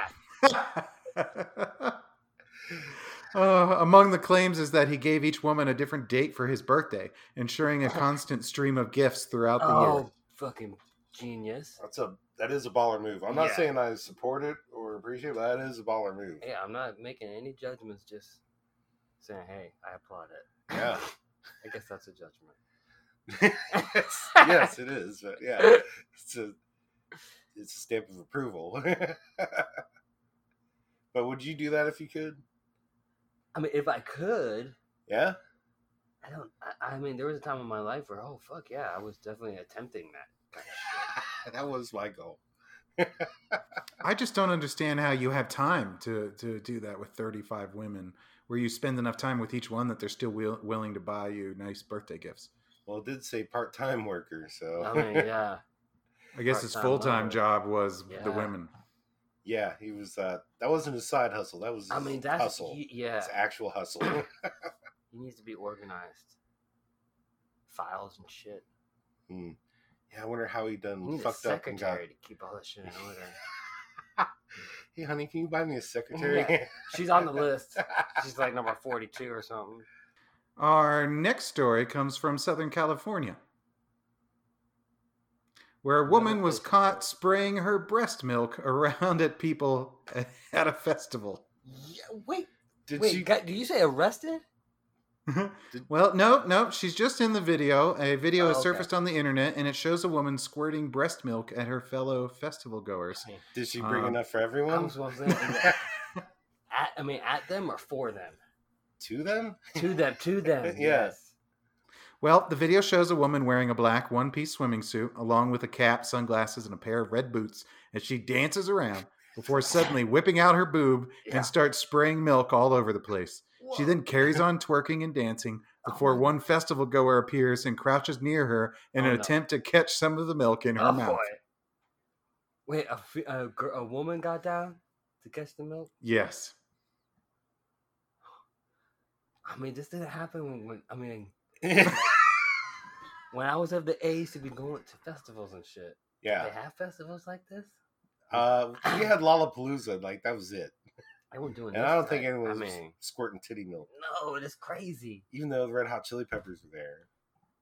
[SPEAKER 2] Uh, among the claims is that he gave each woman a different date for his birthday, ensuring a constant stream of gifts throughout the year.
[SPEAKER 3] oh, fucking genius.
[SPEAKER 1] That's a that is a baller move. I'm not
[SPEAKER 3] Yeah.
[SPEAKER 1] saying I support it or appreciate it, but that is a baller move.
[SPEAKER 3] Yeah, I'm not making any judgments. Just saying, hey, I applaud it.
[SPEAKER 1] Yeah.
[SPEAKER 3] I guess that's a judgment.
[SPEAKER 1] yes, yes, it is. But yeah, it's a it's a stamp of approval. but would you do that if you could?
[SPEAKER 3] I mean, if I could,
[SPEAKER 1] Yeah.
[SPEAKER 3] I don't. I, I mean, there was a time in my life where, oh fuck yeah, I was definitely attempting that. kind of shit.
[SPEAKER 1] that was my goal.
[SPEAKER 2] I just don't understand how you have time to to do that with 35 women, where you spend enough time with each one that they're still will, willing to buy you nice birthday gifts.
[SPEAKER 1] Well, it did say part time worker, so
[SPEAKER 3] I mean, yeah,
[SPEAKER 2] I guess his
[SPEAKER 3] Part-time
[SPEAKER 2] full time
[SPEAKER 3] lover.
[SPEAKER 2] job was
[SPEAKER 3] Yeah.
[SPEAKER 2] the women.
[SPEAKER 1] yeah, he was. Uh, that wasn't a side hustle. That was.
[SPEAKER 3] I
[SPEAKER 1] his
[SPEAKER 3] mean that's
[SPEAKER 1] hustle.
[SPEAKER 3] y- yeah.
[SPEAKER 1] It's actual hustle.
[SPEAKER 3] He needs to be organized. Files and shit.
[SPEAKER 1] Hmm. Yeah, I wonder how he
[SPEAKER 3] You
[SPEAKER 1] done
[SPEAKER 3] need a
[SPEAKER 1] fucked up and got
[SPEAKER 3] secretary to keep all that shit in order.
[SPEAKER 1] hey, honey, can you buy me a secretary?
[SPEAKER 3] She's on the list. She's like number 42 or something.
[SPEAKER 2] Our next story comes from Southern California, where a woman was
[SPEAKER 3] place.
[SPEAKER 2] caught spraying her breast milk around at people at a festival.
[SPEAKER 3] Yeah, wait,
[SPEAKER 1] Did
[SPEAKER 3] wait.
[SPEAKER 1] she?
[SPEAKER 3] got- did you say arrested?
[SPEAKER 2] Well, no, no, she's just in the video. A video
[SPEAKER 3] Oh,
[SPEAKER 2] has
[SPEAKER 3] okay.
[SPEAKER 2] surfaced on the internet and it shows a woman squirting breast milk at her fellow festival goers.
[SPEAKER 1] Did she bring
[SPEAKER 2] Um,
[SPEAKER 1] enough for
[SPEAKER 3] I
[SPEAKER 1] everyone?
[SPEAKER 3] was, I was thinking that. At, I mean, at them or for them?
[SPEAKER 1] to them?
[SPEAKER 3] To them, to them.
[SPEAKER 1] Yes.
[SPEAKER 2] Well, the video shows a woman wearing a black one piece swimming suit, along with a cap, sunglasses, and a pair of red boots, as she dances around before suddenly whipping out her boob
[SPEAKER 3] Yeah.
[SPEAKER 2] and starts spraying milk all over the place. She then carries on twerking and dancing
[SPEAKER 3] Oh
[SPEAKER 2] before one festival goer appears and crouches near her in
[SPEAKER 3] Oh,
[SPEAKER 2] an
[SPEAKER 3] no.
[SPEAKER 2] attempt to catch some of the milk in her
[SPEAKER 3] Oh,
[SPEAKER 2] mouth.
[SPEAKER 3] boy. Wait, a, fe- a, gir- a woman got down to catch the milk?
[SPEAKER 2] Yes.
[SPEAKER 3] I mean, this didn't happen when, when I mean, when I was of the age to be going to festivals and shit.
[SPEAKER 1] yeah.
[SPEAKER 3] They have festivals like this?
[SPEAKER 1] Uh, we had Lollapalooza, like that was it.
[SPEAKER 3] They weren't doing
[SPEAKER 1] And
[SPEAKER 3] this
[SPEAKER 1] I don't think
[SPEAKER 3] shit.
[SPEAKER 1] anyone
[SPEAKER 3] I
[SPEAKER 1] was
[SPEAKER 3] mean,
[SPEAKER 1] squirting titty milk,
[SPEAKER 3] no, it is crazy.
[SPEAKER 1] even though the Red Hot Chili Peppers were there.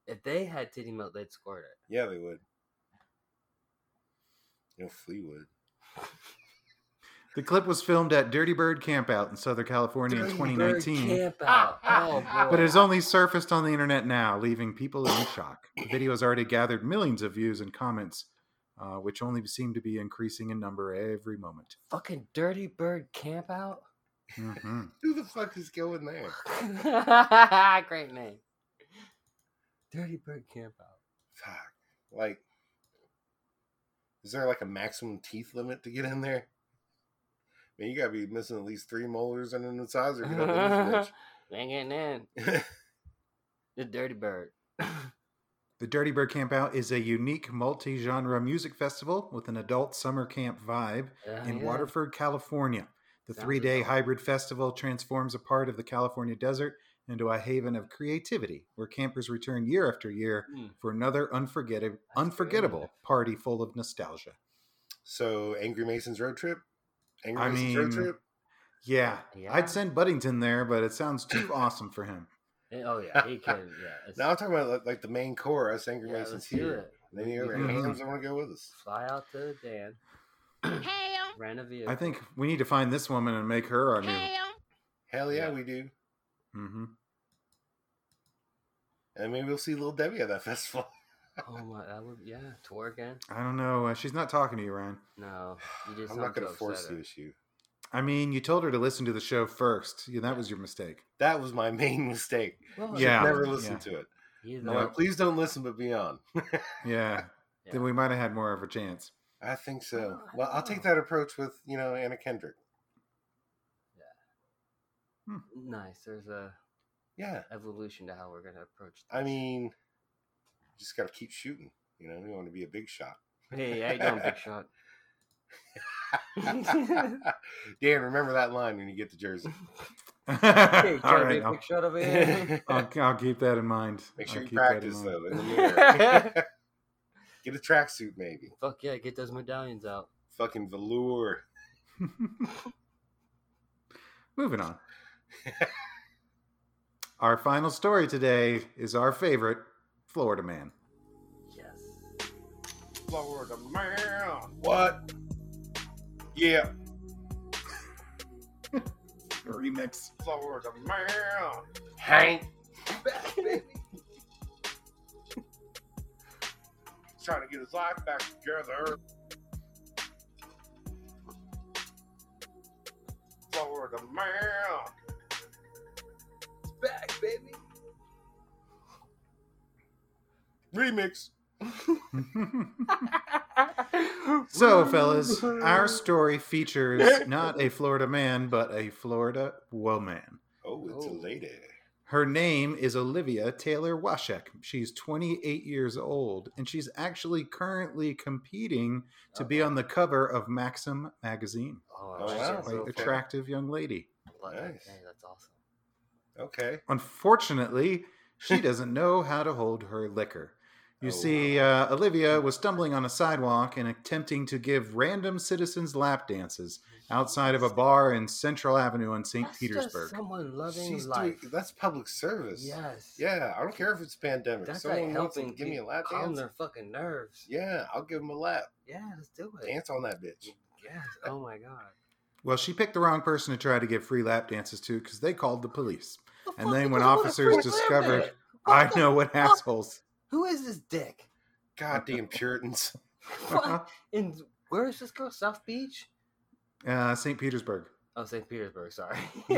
[SPEAKER 3] If they had titty milk, they'd squirt it.
[SPEAKER 1] Yeah, they would. You know, Fleetwood.
[SPEAKER 2] The clip was filmed at Dirty Bird Campout in Southern California in
[SPEAKER 3] Dirty Bird
[SPEAKER 2] 2019.
[SPEAKER 3] Camp out. Oh, boy.
[SPEAKER 2] But it has only surfaced on the internet now, leaving people in shock. The video has already gathered millions of views and comments, uh, which only seem to be increasing in number every moment.
[SPEAKER 3] fucking dirty bird camp out.
[SPEAKER 2] Mhm.
[SPEAKER 1] Who the fuck is going there?
[SPEAKER 3] Great name. Dirty bird camp out.
[SPEAKER 1] Fuck. Like, is there like a maximum teeth limit to get in there? Man, you gotta be missing at least three molars and an incisor. to get up
[SPEAKER 3] Ain't getting in.
[SPEAKER 1] in this bitch.
[SPEAKER 3] The dirty bird.
[SPEAKER 2] The Dirty Bird Campout is a unique multi genre music festival with an adult summer camp vibe
[SPEAKER 3] Yeah,
[SPEAKER 2] in
[SPEAKER 3] Oh, yeah.
[SPEAKER 2] Waterford, California. The
[SPEAKER 3] Sounds
[SPEAKER 2] three day
[SPEAKER 3] adult.
[SPEAKER 2] hybrid festival transforms a part of the California desert into a haven of creativity where campers return year after year
[SPEAKER 3] Mm.
[SPEAKER 2] for another unforgettable,
[SPEAKER 3] That's
[SPEAKER 2] unforgettable
[SPEAKER 3] creative.
[SPEAKER 2] party full of nostalgia.
[SPEAKER 1] so, Angry Mason's road trip. Angry
[SPEAKER 2] I
[SPEAKER 1] Mason's road
[SPEAKER 2] mean,
[SPEAKER 1] trip.
[SPEAKER 2] Yeah.
[SPEAKER 3] Yeah.
[SPEAKER 2] I'd send Buddington there, but it sounds too awesome for him.
[SPEAKER 3] Eh, Oh yeah, he can. Yeah. it's-
[SPEAKER 1] Now I'm talking about like, like the main core. Us Angry
[SPEAKER 3] yeah,
[SPEAKER 1] Masons
[SPEAKER 3] let's do
[SPEAKER 1] here.
[SPEAKER 3] it.
[SPEAKER 1] And then you have
[SPEAKER 2] Mhm.
[SPEAKER 1] hams that want to go with us.
[SPEAKER 3] Fly out to Dan. Rent a vehicle.
[SPEAKER 2] I think we need to find this woman and make her our new.
[SPEAKER 1] Hell yeah,
[SPEAKER 3] Yeah.
[SPEAKER 1] we do.
[SPEAKER 2] hmm
[SPEAKER 1] And maybe we'll see little Debbie at that festival.
[SPEAKER 3] Oh my, that would yeah. Twerking.
[SPEAKER 2] I don't know. Uh, she's not talking to you, Ryan.
[SPEAKER 3] No, you did
[SPEAKER 1] I'm
[SPEAKER 3] something
[SPEAKER 1] not going to
[SPEAKER 3] upset
[SPEAKER 1] force
[SPEAKER 3] her.
[SPEAKER 1] the issue.
[SPEAKER 2] I mean, you told her to listen to the show first. Yeah, that was your mistake.
[SPEAKER 1] That was my main mistake.
[SPEAKER 3] Well,
[SPEAKER 1] Should
[SPEAKER 2] Yeah.
[SPEAKER 1] never listen to it.
[SPEAKER 3] He's
[SPEAKER 1] No,
[SPEAKER 2] Yeah.
[SPEAKER 3] like,
[SPEAKER 1] please don't listen, but be on.
[SPEAKER 2] Yeah. Then we might have had more of a chance.
[SPEAKER 1] I think so.
[SPEAKER 3] Oh, I
[SPEAKER 1] Well, I'll
[SPEAKER 3] don't
[SPEAKER 1] take
[SPEAKER 3] know.
[SPEAKER 1] that approach with you know Anna Kendrick.
[SPEAKER 3] nice. There's a
[SPEAKER 1] Yeah,
[SPEAKER 3] evolution to how we're gonna approach.
[SPEAKER 1] I
[SPEAKER 3] this.
[SPEAKER 1] mean, just got to keep shooting. You know, you want to be a big shot.
[SPEAKER 3] hey, how you doing, big shot?
[SPEAKER 1] Dan, remember that line when you get to Jersey.
[SPEAKER 2] All
[SPEAKER 3] Hey, you trying to
[SPEAKER 2] right.
[SPEAKER 3] be a
[SPEAKER 2] I'll,
[SPEAKER 3] big shot over here?
[SPEAKER 1] Make
[SPEAKER 2] I'll, I'll keep that in mind.
[SPEAKER 1] sure
[SPEAKER 2] I'll
[SPEAKER 1] you
[SPEAKER 2] keep that in
[SPEAKER 1] practice
[SPEAKER 2] mind.
[SPEAKER 1] though in the mirror. get a tracksuit, maybe.
[SPEAKER 3] Fuck yeah, get those medallions out.
[SPEAKER 1] Fucking velour.
[SPEAKER 2] Moving on. our final story today is our favorite Florida man.
[SPEAKER 3] Yes. Oh,
[SPEAKER 1] Florida man. What? Yeah,
[SPEAKER 2] Remix.
[SPEAKER 1] Florida man. Hank. Trying to get his life back together. Florida man.
[SPEAKER 3] Back, baby.
[SPEAKER 1] Remix.
[SPEAKER 2] So, fellas, our story features not a Florida man, but a Florida woman.
[SPEAKER 1] Oh, it's
[SPEAKER 3] Oh.
[SPEAKER 1] a lady.
[SPEAKER 2] Her name is Olivia Taylor Washek. She's 28 years old, and she's actually currently competing to be on the cover of Maxim magazine.
[SPEAKER 3] Oh,
[SPEAKER 1] Oh,
[SPEAKER 3] that's
[SPEAKER 1] wow. Wait,
[SPEAKER 3] just so
[SPEAKER 2] Quite
[SPEAKER 1] Okay.
[SPEAKER 3] fun.
[SPEAKER 2] attractive young lady.
[SPEAKER 3] Like,
[SPEAKER 1] Nice.
[SPEAKER 3] Hey, that's awesome.
[SPEAKER 1] Okay.
[SPEAKER 2] Unfortunately, she doesn't know how to hold her liquor. You
[SPEAKER 1] Oh.
[SPEAKER 2] see, uh, Olivia was stumbling on a sidewalk and attempting to give random citizens lap dances outside of a bar in Central Avenue in St.
[SPEAKER 3] That's
[SPEAKER 2] Petersburg.
[SPEAKER 3] Just someone loving
[SPEAKER 1] She's doing,
[SPEAKER 3] life.
[SPEAKER 1] that's public service.
[SPEAKER 3] yes.
[SPEAKER 1] Yeah, I don't care if it's pandemic.
[SPEAKER 3] That's
[SPEAKER 1] Someone
[SPEAKER 3] like
[SPEAKER 1] wants
[SPEAKER 3] helping
[SPEAKER 1] to give me a lap
[SPEAKER 3] calm
[SPEAKER 1] dance.
[SPEAKER 3] their fucking nerves.
[SPEAKER 1] Yeah, I'll give them a lap.
[SPEAKER 3] Yeah, let's do it.
[SPEAKER 1] Dance on that bitch.
[SPEAKER 3] Yes. Oh my god.
[SPEAKER 2] Well, she picked the wrong person to try to give free lap dances to because they called the police.
[SPEAKER 3] The
[SPEAKER 2] And
[SPEAKER 3] fuck
[SPEAKER 2] then
[SPEAKER 3] is
[SPEAKER 2] when
[SPEAKER 3] this? What a
[SPEAKER 2] officers
[SPEAKER 3] freak
[SPEAKER 2] discovered-
[SPEAKER 3] lambda. What
[SPEAKER 2] I
[SPEAKER 3] the-
[SPEAKER 2] know what assholes.
[SPEAKER 3] Who is this dick?
[SPEAKER 1] Goddamn Puritans. Uh-huh.
[SPEAKER 3] What? And where is this girl? South Beach?
[SPEAKER 2] Uh, St. Petersburg.
[SPEAKER 3] Oh, St. Petersburg. Sorry.
[SPEAKER 1] oh,
[SPEAKER 2] Oh, if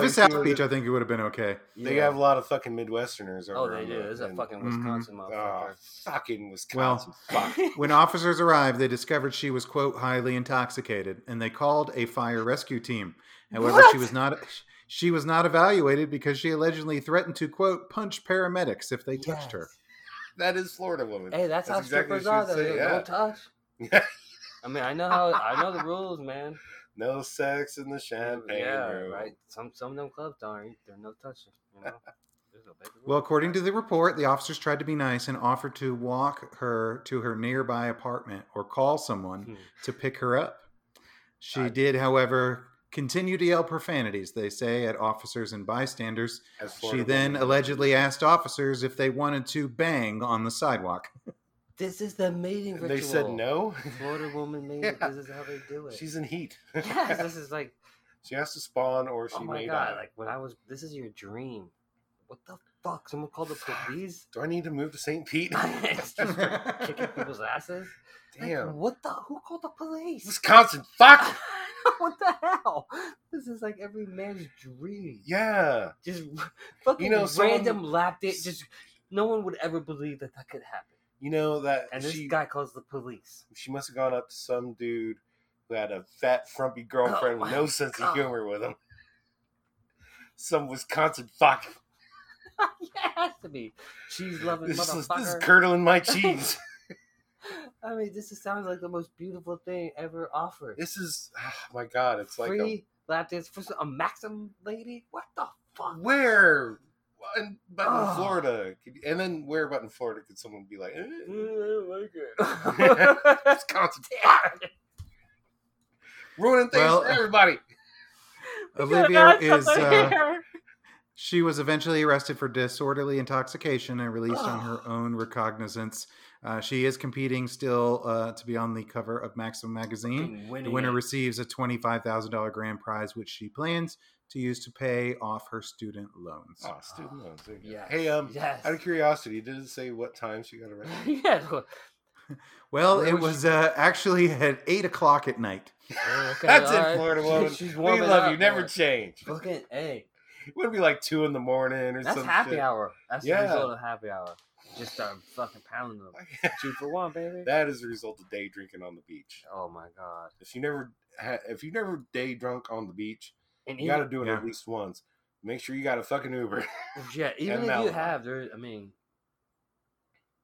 [SPEAKER 1] you
[SPEAKER 2] it's
[SPEAKER 1] see
[SPEAKER 2] South
[SPEAKER 1] what
[SPEAKER 2] Beach,
[SPEAKER 1] it
[SPEAKER 2] I
[SPEAKER 1] is?
[SPEAKER 2] think it would have been okay.
[SPEAKER 1] They
[SPEAKER 3] Yeah.
[SPEAKER 1] have a lot of fucking Midwesterners.
[SPEAKER 3] Oh,
[SPEAKER 1] over
[SPEAKER 3] they
[SPEAKER 1] on
[SPEAKER 3] do.
[SPEAKER 1] the-
[SPEAKER 3] There's a
[SPEAKER 1] in-
[SPEAKER 3] fucking
[SPEAKER 2] Mhm.
[SPEAKER 3] Wisconsin
[SPEAKER 1] Oh,
[SPEAKER 3] motherfucker.
[SPEAKER 1] fucking
[SPEAKER 2] Well,
[SPEAKER 1] Wisconsin. fuck.
[SPEAKER 2] When officers arrived, they discovered she was quote highly intoxicated, and they called a fire rescue team. However, she
[SPEAKER 3] What?
[SPEAKER 2] was not she was not evaluated because she allegedly threatened to quote punch paramedics if they touched her.
[SPEAKER 1] That is Florida woman.
[SPEAKER 3] Hey, that's, how
[SPEAKER 1] That's exactly
[SPEAKER 3] strippers
[SPEAKER 1] what
[SPEAKER 3] are.
[SPEAKER 1] she would
[SPEAKER 3] Though.
[SPEAKER 1] say,
[SPEAKER 3] They
[SPEAKER 1] yeah.
[SPEAKER 3] Don't touch. I mean, I know how I know the rules, man.
[SPEAKER 1] No sex in the champagne
[SPEAKER 3] yeah,
[SPEAKER 1] room.
[SPEAKER 3] right. Some some of them clubs aren't. They're no touching. You know. There's no baby rules.
[SPEAKER 2] Well, according to the report, the officers tried to be nice and offered to walk her to her nearby apartment or call someone
[SPEAKER 3] Hmm.
[SPEAKER 2] to pick her up. She
[SPEAKER 1] I-
[SPEAKER 2] did, however, continue to yell profanities, they say, at officers and bystanders.
[SPEAKER 1] As
[SPEAKER 2] She
[SPEAKER 1] Florida
[SPEAKER 2] then
[SPEAKER 1] woman.
[SPEAKER 2] allegedly asked officers if they wanted to bang on the sidewalk.
[SPEAKER 3] this is the mating
[SPEAKER 1] And
[SPEAKER 3] ritual.
[SPEAKER 1] they said no.
[SPEAKER 3] Florida woman made it.
[SPEAKER 1] Yeah.
[SPEAKER 3] This is how they do it.
[SPEAKER 1] She's in heat.
[SPEAKER 3] yes, this is like
[SPEAKER 1] she has to spawn or she uh,
[SPEAKER 3] oh my
[SPEAKER 1] may
[SPEAKER 3] god,
[SPEAKER 1] die.
[SPEAKER 3] like when I was. This is your dream. What the fuck? Someone called the police.
[SPEAKER 1] Do I need to move to St. Pete?
[SPEAKER 3] It's just for kicking people's asses. Like,
[SPEAKER 1] Damn.
[SPEAKER 3] what the? Who called the police?
[SPEAKER 1] Wisconsin, fuck!
[SPEAKER 3] what the hell? This is like every man's dream.
[SPEAKER 1] Yeah.
[SPEAKER 3] Just fucking
[SPEAKER 1] You know, someone-
[SPEAKER 3] random lap dance. Just no one would ever believe that that could happen.
[SPEAKER 1] You know that
[SPEAKER 3] And this
[SPEAKER 1] she
[SPEAKER 3] guy calls the police.
[SPEAKER 1] she must have gone up to some dude who had a fat frumpy girlfriend
[SPEAKER 3] Oh
[SPEAKER 1] with
[SPEAKER 3] my
[SPEAKER 1] no sense of
[SPEAKER 3] God.
[SPEAKER 1] humor with him. Some Wisconsin fuck.
[SPEAKER 3] yeah, it has to be cheese loving
[SPEAKER 1] This is,
[SPEAKER 3] motherfucker.
[SPEAKER 1] this is curdling my cheese.
[SPEAKER 3] I mean, this is, sounds like the most beautiful thing ever offered.
[SPEAKER 1] this is ah, my god, it's like a,
[SPEAKER 3] Free lap dance for a Maxim lady. What the fuck?
[SPEAKER 1] where in, but in
[SPEAKER 3] Oh.
[SPEAKER 1] Florida, Could- and then where but in Florida could someone be like, eh,
[SPEAKER 3] Mm, I don't like it.
[SPEAKER 1] Wisconsin fuck. ruining things
[SPEAKER 2] Well,
[SPEAKER 1] for everybody.
[SPEAKER 3] We gotta
[SPEAKER 2] Olivia
[SPEAKER 3] find
[SPEAKER 2] is.
[SPEAKER 3] somebody
[SPEAKER 2] Uh,
[SPEAKER 3] here.
[SPEAKER 2] She was eventually arrested for disorderly intoxication and released on her
[SPEAKER 3] Ugh.
[SPEAKER 2] own recognizance. Uh, she is competing still uh, to be on the cover of Maxim magazine. The winner receives a $25,000 grand prize, which she plans to use to pay off her student loans.
[SPEAKER 1] Oh, student loans. there you go.
[SPEAKER 3] Yes,
[SPEAKER 1] Hey, um,
[SPEAKER 3] yes.
[SPEAKER 1] out of curiosity, did it say what time she got arrested?
[SPEAKER 3] yeah. look.
[SPEAKER 2] Well,
[SPEAKER 3] where
[SPEAKER 2] it
[SPEAKER 3] was
[SPEAKER 2] was uh, actually at 8 o'clock at night.
[SPEAKER 3] Oh, okay,
[SPEAKER 1] That's
[SPEAKER 3] all
[SPEAKER 1] it,
[SPEAKER 3] right.
[SPEAKER 1] Florida
[SPEAKER 3] She-
[SPEAKER 1] woman.
[SPEAKER 3] She's
[SPEAKER 1] we
[SPEAKER 3] warming
[SPEAKER 1] love
[SPEAKER 3] up
[SPEAKER 1] you. Never
[SPEAKER 3] for it.
[SPEAKER 1] change.
[SPEAKER 3] Fucking hey,
[SPEAKER 1] It would be like two in the morning or
[SPEAKER 3] that's
[SPEAKER 1] some
[SPEAKER 3] happy
[SPEAKER 1] shit.
[SPEAKER 3] hour. That's
[SPEAKER 1] Yeah.
[SPEAKER 3] the result of happy hour. Just start fucking pounding them. Two for one, baby.
[SPEAKER 1] that is the result of day drinking on the beach.
[SPEAKER 3] oh my god.
[SPEAKER 1] If you never, ha- if you never day drunk on the beach,
[SPEAKER 3] And
[SPEAKER 1] you
[SPEAKER 3] even-
[SPEAKER 1] got to do it
[SPEAKER 2] Yeah.
[SPEAKER 1] at least once. Make sure you got a fucking Uber.
[SPEAKER 3] Yeah, even if you
[SPEAKER 1] Malibu.
[SPEAKER 3] have, there. I mean,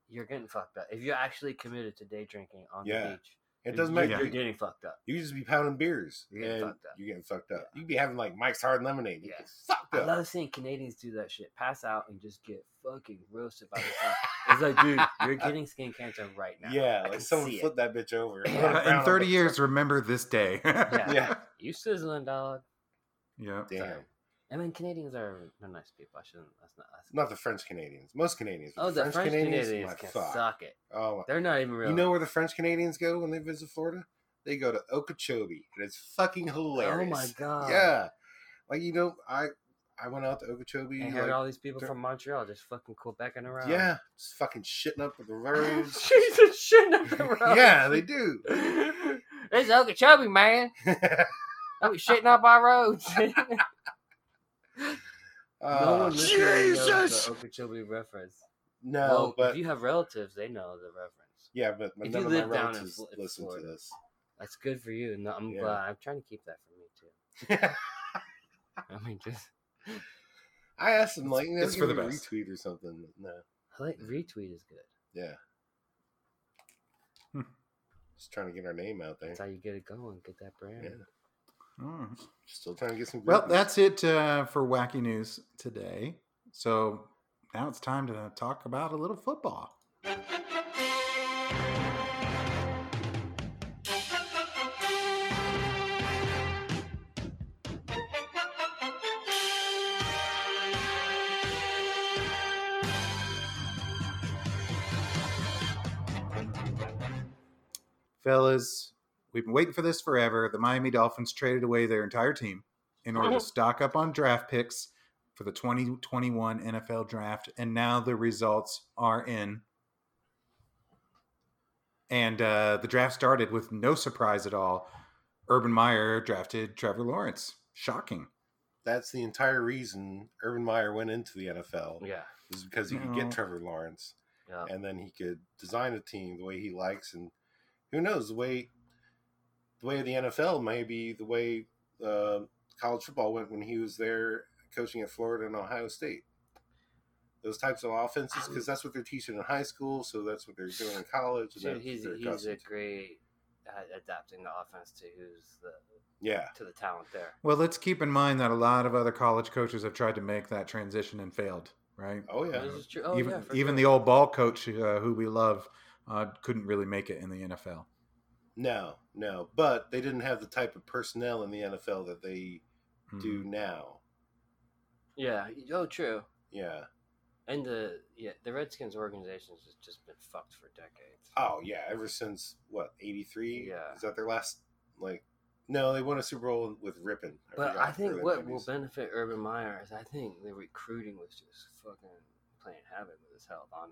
[SPEAKER 3] you're getting fucked up if you're actually committed to day drinking on
[SPEAKER 1] Yeah.
[SPEAKER 3] the beach.
[SPEAKER 1] It doesn't
[SPEAKER 3] you're,
[SPEAKER 1] matter.
[SPEAKER 3] You're
[SPEAKER 1] You,
[SPEAKER 3] getting fucked up.
[SPEAKER 1] you just be pounding beers
[SPEAKER 3] You're
[SPEAKER 1] and
[SPEAKER 3] getting fucked up.
[SPEAKER 1] you're getting fucked up. You be having like Mike's Hard Lemonade. You get
[SPEAKER 3] Yes.
[SPEAKER 1] fucked
[SPEAKER 3] I
[SPEAKER 1] up.
[SPEAKER 3] love seeing Canadians do that shit, pass out and just get fucking roasted by the sun. It's like, dude, you're getting skin cancer right now.
[SPEAKER 1] yeah,
[SPEAKER 3] I
[SPEAKER 1] like
[SPEAKER 3] can
[SPEAKER 1] someone
[SPEAKER 3] see it.
[SPEAKER 1] flip that bitch over.
[SPEAKER 3] Yeah.
[SPEAKER 1] Run
[SPEAKER 2] Uh,
[SPEAKER 1] around
[SPEAKER 2] in
[SPEAKER 1] on
[SPEAKER 2] 30
[SPEAKER 1] the-
[SPEAKER 2] years, remember this day.
[SPEAKER 3] Yeah.
[SPEAKER 1] Yeah.
[SPEAKER 3] You sizzling dog.
[SPEAKER 2] yeah.
[SPEAKER 1] Damn.
[SPEAKER 3] Sorry. I mean, Canadians are they're nice people. I shouldn't. That's not. That's
[SPEAKER 1] Not the French Canadians. Most Canadians. but
[SPEAKER 3] oh, the French, Canadians,
[SPEAKER 1] my
[SPEAKER 3] can
[SPEAKER 1] fuck.
[SPEAKER 3] suck it.
[SPEAKER 1] Oh, my-
[SPEAKER 3] They're not even real.
[SPEAKER 1] you know where the French Canadians go when they visit Florida? They go to Okeechobee, and it's fucking
[SPEAKER 3] oh
[SPEAKER 1] hilarious.
[SPEAKER 3] my god.
[SPEAKER 1] Yeah, like you know, I I went out to Okeechobee.
[SPEAKER 3] And
[SPEAKER 1] like,
[SPEAKER 3] heard all these people
[SPEAKER 1] they're-
[SPEAKER 3] from Montreal just fucking Quebecing around.
[SPEAKER 1] yeah, just fucking shitting up the roads.
[SPEAKER 3] Jesus, shit up the road.
[SPEAKER 1] yeah, they do.
[SPEAKER 3] It's Okeechobee, man. I was shitting up our roads. no
[SPEAKER 1] Uh,
[SPEAKER 3] one listening knows
[SPEAKER 5] Jesus!
[SPEAKER 3] the Okeechobee reference.
[SPEAKER 1] no,
[SPEAKER 3] well,
[SPEAKER 1] but
[SPEAKER 3] if you have relatives, they know the reference.
[SPEAKER 1] yeah, but my,
[SPEAKER 3] if
[SPEAKER 1] none
[SPEAKER 3] you
[SPEAKER 1] of my
[SPEAKER 3] live down in
[SPEAKER 1] relatives
[SPEAKER 3] Fl- in
[SPEAKER 1] listen to
[SPEAKER 3] Florida.
[SPEAKER 1] this.
[SPEAKER 3] That's good for you. No, I'm
[SPEAKER 1] Yeah.
[SPEAKER 3] glad. I'm trying to keep that for me too. I mean, just
[SPEAKER 1] I asked them like, you know,
[SPEAKER 2] it's for
[SPEAKER 1] give
[SPEAKER 2] the
[SPEAKER 1] me a
[SPEAKER 2] best.
[SPEAKER 1] retweet or something. No,
[SPEAKER 3] I like retweet is good.
[SPEAKER 1] yeah,
[SPEAKER 2] Hmm.
[SPEAKER 1] just trying to get our name out there.
[SPEAKER 3] That's how you get it going. Get that brand.
[SPEAKER 1] Yeah.
[SPEAKER 2] Mm.
[SPEAKER 1] Still trying to get some.
[SPEAKER 2] Well,
[SPEAKER 1] groupies.
[SPEAKER 2] that's it uh, for wacky news today. So now it's time to talk about a little football. Fellas, we've been waiting for this forever. The Miami Dolphins traded away their entire team in
[SPEAKER 3] Uh-huh.
[SPEAKER 2] order to stock up on draft picks for the 2021 NFL draft, and now the results are in. And uh, the draft started with no surprise at all. Urban Meyer drafted Trevor Lawrence. Shocking.
[SPEAKER 1] That's the entire reason Urban Meyer went into the NFL
[SPEAKER 3] Yeah.
[SPEAKER 1] is because he could get
[SPEAKER 2] No.
[SPEAKER 1] Trevor Lawrence,
[SPEAKER 3] Yeah.
[SPEAKER 1] and then he could design a team the way he likes, and who knows the way the way of the NFL may be the way uh, college football went when he was there coaching at Florida and Ohio State. Those types of offenses, because that's what they're teaching in high school, so that's what they're doing in college. And
[SPEAKER 3] Dude,
[SPEAKER 1] that's
[SPEAKER 3] he's
[SPEAKER 1] what they're
[SPEAKER 3] he's a
[SPEAKER 1] accustomed to.
[SPEAKER 3] great at adapting the offense to who's the
[SPEAKER 1] yeah,
[SPEAKER 3] to the talent there.
[SPEAKER 2] Well, let's keep in mind that a lot of other college coaches have tried to make that transition and failed, right?
[SPEAKER 1] oh yeah,
[SPEAKER 3] This is true. Oh,
[SPEAKER 2] even
[SPEAKER 3] yeah, for
[SPEAKER 2] even
[SPEAKER 3] sure.
[SPEAKER 2] the old ball coach uh, who we love uh, couldn't really make it in the NFL.
[SPEAKER 1] no, no, but they didn't have the type of personnel in the NFL that they
[SPEAKER 2] Hmm.
[SPEAKER 1] do now.
[SPEAKER 3] yeah. Oh, true.
[SPEAKER 1] Yeah.
[SPEAKER 3] And the yeah the Redskins organization has just been fucked for decades.
[SPEAKER 1] Oh yeah. Ever since what eighty three?
[SPEAKER 3] Yeah.
[SPEAKER 1] Is that their last? Like, no, they won a Super Bowl with Rippin.
[SPEAKER 3] But
[SPEAKER 1] forgot,
[SPEAKER 3] I
[SPEAKER 1] early
[SPEAKER 3] think what
[SPEAKER 1] 90s.
[SPEAKER 3] will benefit Urban Meyer is I think the recruiting was just fucking playing havoc with his health on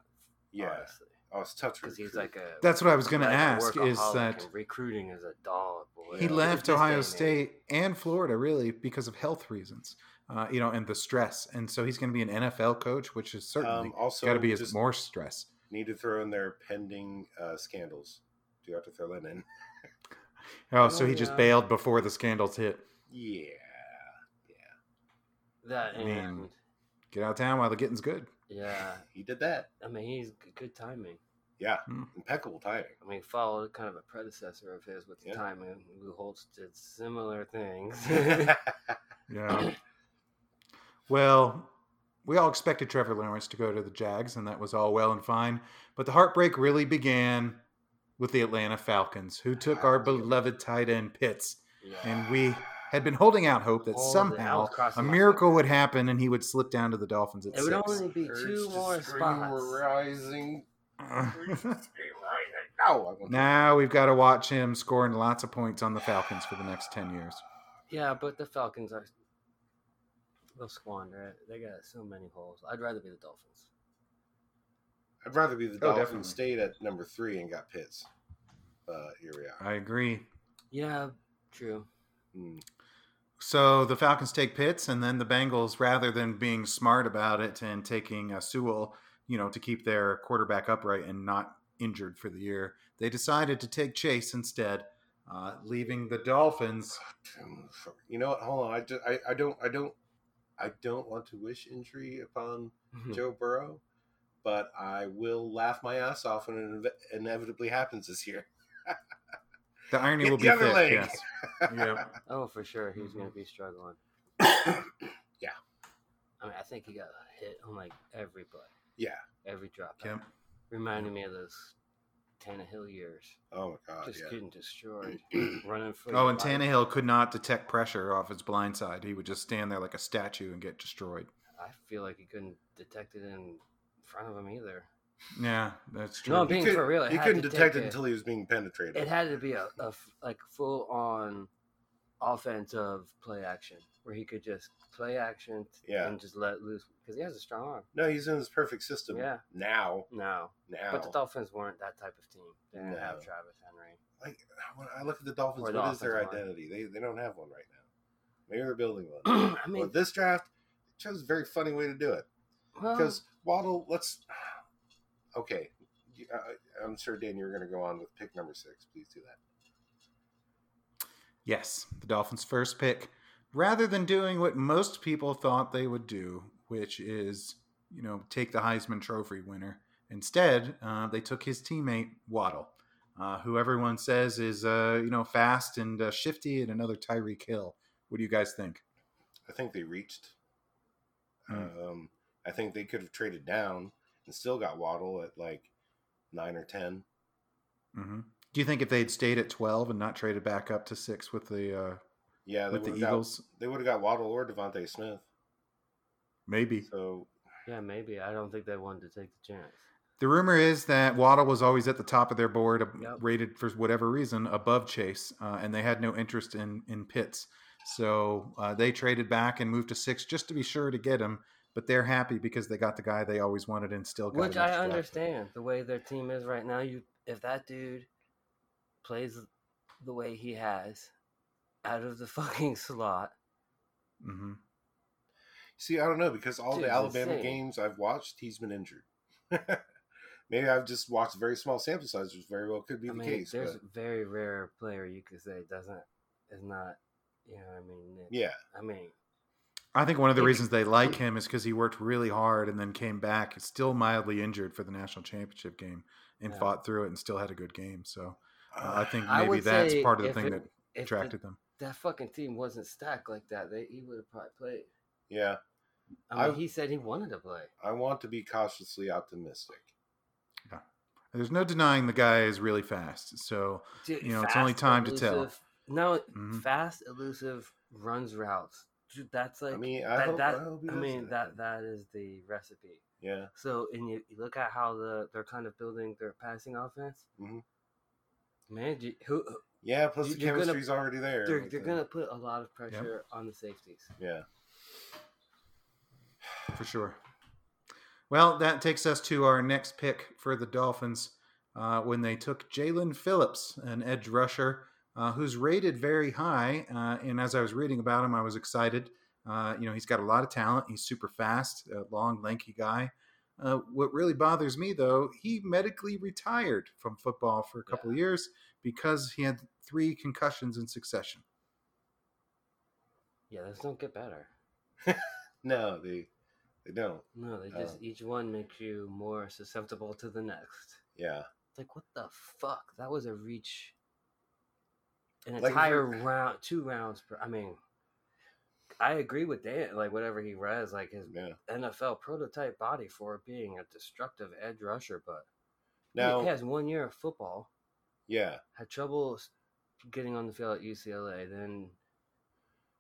[SPEAKER 1] yeah,
[SPEAKER 3] honestly.
[SPEAKER 1] oh, it's tough. to
[SPEAKER 3] Because he's
[SPEAKER 1] recruit.
[SPEAKER 3] like a
[SPEAKER 2] That's what I was going to
[SPEAKER 3] like a
[SPEAKER 2] ask is
[SPEAKER 3] workaholic
[SPEAKER 2] that
[SPEAKER 3] and recruiting is a dog boy.
[SPEAKER 2] he
[SPEAKER 1] Yeah.
[SPEAKER 2] left
[SPEAKER 3] This day
[SPEAKER 2] Ohio
[SPEAKER 3] and age.
[SPEAKER 2] State and Florida really because of health reasons, uh, you know, and the stress. And so he's going to be an NFL coach, which is certainly
[SPEAKER 1] Um, also,
[SPEAKER 2] got to be as
[SPEAKER 1] just
[SPEAKER 2] more stress.
[SPEAKER 1] need to throw in their pending uh, scandals. Do you have to throw that in?
[SPEAKER 2] Oh, so
[SPEAKER 3] Oh,
[SPEAKER 2] he just
[SPEAKER 3] yeah.
[SPEAKER 2] bailed before the scandals hit.
[SPEAKER 1] Yeah.
[SPEAKER 3] That
[SPEAKER 2] I
[SPEAKER 3] and
[SPEAKER 2] mean- Get out of town while the getting's good.
[SPEAKER 3] yeah,
[SPEAKER 1] He did that.
[SPEAKER 3] I mean he's g- good timing.
[SPEAKER 1] Yeah.
[SPEAKER 2] Hmm.
[SPEAKER 1] Impeccable timing.
[SPEAKER 3] I mean, he followed kind of a predecessor of his with the
[SPEAKER 1] Yeah.
[SPEAKER 3] timing. Lou Holtz did similar things.
[SPEAKER 2] Yeah. well, we all expected Trevor Lawrence to go to the Jags, and that was all well and fine. But the heartbreak really began with the Atlanta Falcons, who took our beloved tight end Pitts,
[SPEAKER 3] yeah.
[SPEAKER 2] and we had been holding out hope that
[SPEAKER 3] All the- I
[SPEAKER 2] somehow
[SPEAKER 3] was crossing
[SPEAKER 2] a
[SPEAKER 3] my
[SPEAKER 2] miracle would happen and he would slip down to the Dolphins at
[SPEAKER 3] It would
[SPEAKER 2] six.
[SPEAKER 3] only be two more spots.
[SPEAKER 1] rising. No, I want
[SPEAKER 2] now we've got to watch him scoring lots of points on the Falcons for the next ten years.
[SPEAKER 3] Yeah, but the Falcons are. They'll squander it. They got so many holes. I'd rather be the Dolphins.
[SPEAKER 1] I'd rather be the
[SPEAKER 2] Oh, definitely.
[SPEAKER 1] Dolphins stayed at number three and got Pitts. But here we are.
[SPEAKER 2] I agree.
[SPEAKER 3] Yeah, true.
[SPEAKER 1] Hmm.
[SPEAKER 2] So the Falcons take Pitts, and then the Bengals, rather than being smart about it and taking uh, Sewell, you know, to keep their quarterback upright and not injured for the year, they decided to take Chase instead, uh, leaving the Dolphins.
[SPEAKER 1] You know what? Hold on. I, just, I, I don't I don't I don't want to wish injury upon
[SPEAKER 3] Hmm. Mhm.
[SPEAKER 1] Joe Burrow, but I will laugh my ass off when it inve- inevitably happens this year.
[SPEAKER 2] The irony
[SPEAKER 1] Get
[SPEAKER 2] will
[SPEAKER 1] the
[SPEAKER 2] be
[SPEAKER 1] other
[SPEAKER 2] thick.
[SPEAKER 1] leg.
[SPEAKER 2] Yes. yeah.
[SPEAKER 3] oh, for sure, he's going to be struggling.
[SPEAKER 1] Yeah.
[SPEAKER 3] I mean, I think he got hit on like every play,
[SPEAKER 1] Yeah.
[SPEAKER 3] every drop. back.
[SPEAKER 2] Yep.
[SPEAKER 3] Reminding me of those Tannehill years,
[SPEAKER 1] Oh my god.
[SPEAKER 3] just
[SPEAKER 1] yeah.
[SPEAKER 3] getting destroyed, running for.
[SPEAKER 2] Oh,
[SPEAKER 3] your
[SPEAKER 2] and
[SPEAKER 3] life.
[SPEAKER 2] Tannehill could not detect pressure off his blind side. He would just stand there like a statue and get destroyed.
[SPEAKER 3] I feel like he couldn't detect it in front of him either.
[SPEAKER 2] Yeah, that's true.
[SPEAKER 3] No, I'm being
[SPEAKER 1] could-
[SPEAKER 3] for real. It
[SPEAKER 1] He
[SPEAKER 3] had
[SPEAKER 1] couldn't
[SPEAKER 3] to take
[SPEAKER 1] detect it
[SPEAKER 3] a-
[SPEAKER 1] until he was being penetrated.
[SPEAKER 3] It had to be a, a f- like full on offensive play action where he could just play action
[SPEAKER 1] Yeah.
[SPEAKER 3] and just let loose because he has a strong arm.
[SPEAKER 1] no, he's in his perfect system.
[SPEAKER 3] Yeah.
[SPEAKER 1] Now,
[SPEAKER 3] No,
[SPEAKER 1] now.
[SPEAKER 3] but the Dolphins weren't that type of team. They didn't have
[SPEAKER 1] No.
[SPEAKER 3] Travis Henry.
[SPEAKER 1] like when I look at the Dolphins,
[SPEAKER 3] Or
[SPEAKER 1] What is
[SPEAKER 3] the
[SPEAKER 1] their
[SPEAKER 3] offensive line.
[SPEAKER 1] identity? They they don't have one right now. Maybe they're building one.
[SPEAKER 3] I
[SPEAKER 1] But
[SPEAKER 3] mean,
[SPEAKER 1] this draft it chose a very funny way to do it
[SPEAKER 2] Uh-huh.
[SPEAKER 3] well,
[SPEAKER 1] because Waddle. Let's okay. You- I- I'm sure Dan, you're going to go on with pick number six. Please do that.
[SPEAKER 2] Yes, the Dolphins' first pick. Rather than doing what most people thought they would do, which is, you know, take the Heisman Trophy winner, instead, uh, they took his teammate, Waddle, uh, who everyone says is, uh, you know, fast and uh, shifty and another Tyreek Hill. What do you guys think?
[SPEAKER 1] I think they reached.
[SPEAKER 2] Hmm.
[SPEAKER 1] Um, I think they could have traded down and still got Waddle at like nine or ten.
[SPEAKER 2] hmm Do you think if they had stayed at twelve and not traded back up to six with the uh,
[SPEAKER 1] Yeah, they
[SPEAKER 2] with the
[SPEAKER 1] would have got
[SPEAKER 2] Eagles,
[SPEAKER 1] they would have got Waddle or Devontae Smith.
[SPEAKER 2] maybe
[SPEAKER 1] So
[SPEAKER 3] Yeah, maybe. I don't think they wanted to take the chance.
[SPEAKER 2] The rumor is that Waddle was always at the top of their board, ab-
[SPEAKER 3] Yep.
[SPEAKER 2] rated for whatever reason above Chase, uh, and they had no interest in in Pitts. So uh, they traded back and moved to six just to be sure to get him. But they're happy because they got the guy they always wanted and still got.
[SPEAKER 3] Which
[SPEAKER 2] an
[SPEAKER 3] I
[SPEAKER 2] extra draft pick.
[SPEAKER 3] understand the way their team is right now. You, if that dude plays the way he has, out of the fucking slot,
[SPEAKER 2] Mhm.
[SPEAKER 1] see, I don't know because all
[SPEAKER 3] Dude,
[SPEAKER 1] the
[SPEAKER 3] it's
[SPEAKER 1] Alabama
[SPEAKER 3] insane.
[SPEAKER 1] games I've watched, he's been injured. Maybe I've just watched very small sample sizes. which Very well could be
[SPEAKER 3] I
[SPEAKER 1] the
[SPEAKER 3] mean,
[SPEAKER 1] case.
[SPEAKER 3] there's
[SPEAKER 1] but
[SPEAKER 3] very rare player you could say doesn't is not. You know, what I mean, It-
[SPEAKER 1] yeah,
[SPEAKER 3] I mean,
[SPEAKER 2] I think one of the reasons they like him is because he worked really hard and then came back, still mildly injured for the national championship game, and
[SPEAKER 3] Yeah.
[SPEAKER 2] fought through it and still had a good game. So uh, I think
[SPEAKER 3] I
[SPEAKER 2] maybe
[SPEAKER 3] would
[SPEAKER 2] that's
[SPEAKER 3] say
[SPEAKER 2] part of the
[SPEAKER 3] if
[SPEAKER 2] thing
[SPEAKER 3] it-
[SPEAKER 2] that
[SPEAKER 3] if the-
[SPEAKER 2] attracted them.
[SPEAKER 3] that fucking team wasn't stacked like that, they he would have probably played.
[SPEAKER 1] yeah.
[SPEAKER 3] I mean,
[SPEAKER 1] I-
[SPEAKER 3] he said he wanted to play.
[SPEAKER 1] I want to be cautiously optimistic.
[SPEAKER 2] There's no denying the guy is really fast. So
[SPEAKER 3] Dude,
[SPEAKER 2] You know, it's only time to tell.
[SPEAKER 3] elusive- No,
[SPEAKER 2] Mhm.
[SPEAKER 3] fast, elusive runs routes. Dude, that's like
[SPEAKER 1] I mean, I
[SPEAKER 3] that,
[SPEAKER 1] hope,
[SPEAKER 3] that-
[SPEAKER 1] I, hope he
[SPEAKER 3] I
[SPEAKER 1] does
[SPEAKER 3] mean that that is the recipe.
[SPEAKER 1] Yeah,
[SPEAKER 3] So and you, you look at how the they're kind of building their passing offense.
[SPEAKER 2] Mm-hmm.
[SPEAKER 1] Mhm.
[SPEAKER 3] Man, do you- who
[SPEAKER 1] yeah. Plus,
[SPEAKER 3] You-
[SPEAKER 1] the
[SPEAKER 3] you're gonna-
[SPEAKER 1] chemistry's already there.
[SPEAKER 3] they're
[SPEAKER 1] with
[SPEAKER 3] they're
[SPEAKER 1] the-
[SPEAKER 3] gonna put a lot of pressure on the safeties.
[SPEAKER 1] Yeah.
[SPEAKER 2] for sure. Well, that takes us to our next pick for the Dolphins uh, when they took Jalen Phillips, an edge rusher uh, who's rated very high. Uh, and as I was reading about him, I was excited. Uh, you know, he's got a lot of talent. He's super fast, a long, lanky guy. Uh, what really bothers me, though, he medically retired from football for a couple of years because he had three concussions in succession.
[SPEAKER 3] Yeah, those don't get better.
[SPEAKER 1] No, they they don't.
[SPEAKER 3] No, they just
[SPEAKER 1] Oh.
[SPEAKER 3] each one makes you more susceptible to the next.
[SPEAKER 1] Yeah.
[SPEAKER 3] It's like what the fuck? That was a reach. An
[SPEAKER 1] Like, if
[SPEAKER 3] entire
[SPEAKER 1] you're-
[SPEAKER 3] round, two rounds. Per, I mean, I agree with Dan. Like whatever he reads, like his
[SPEAKER 1] Yeah.
[SPEAKER 3] NFL prototype body for being a destructive edge rusher, but
[SPEAKER 1] Now,
[SPEAKER 3] he has one year of football,
[SPEAKER 1] yeah.
[SPEAKER 3] had trouble s- getting on the field at UCLA, then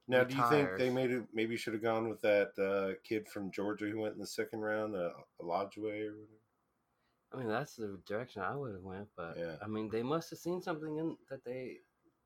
[SPEAKER 1] Now, do you think they
[SPEAKER 3] retires.
[SPEAKER 1] maybe maybe should have gone with that uh, kid from Georgia who went in the second round, uh, Olajuwon or whatever?
[SPEAKER 3] I mean that's the direction I would have went, but
[SPEAKER 1] Yeah.
[SPEAKER 3] I mean they must have seen something in that they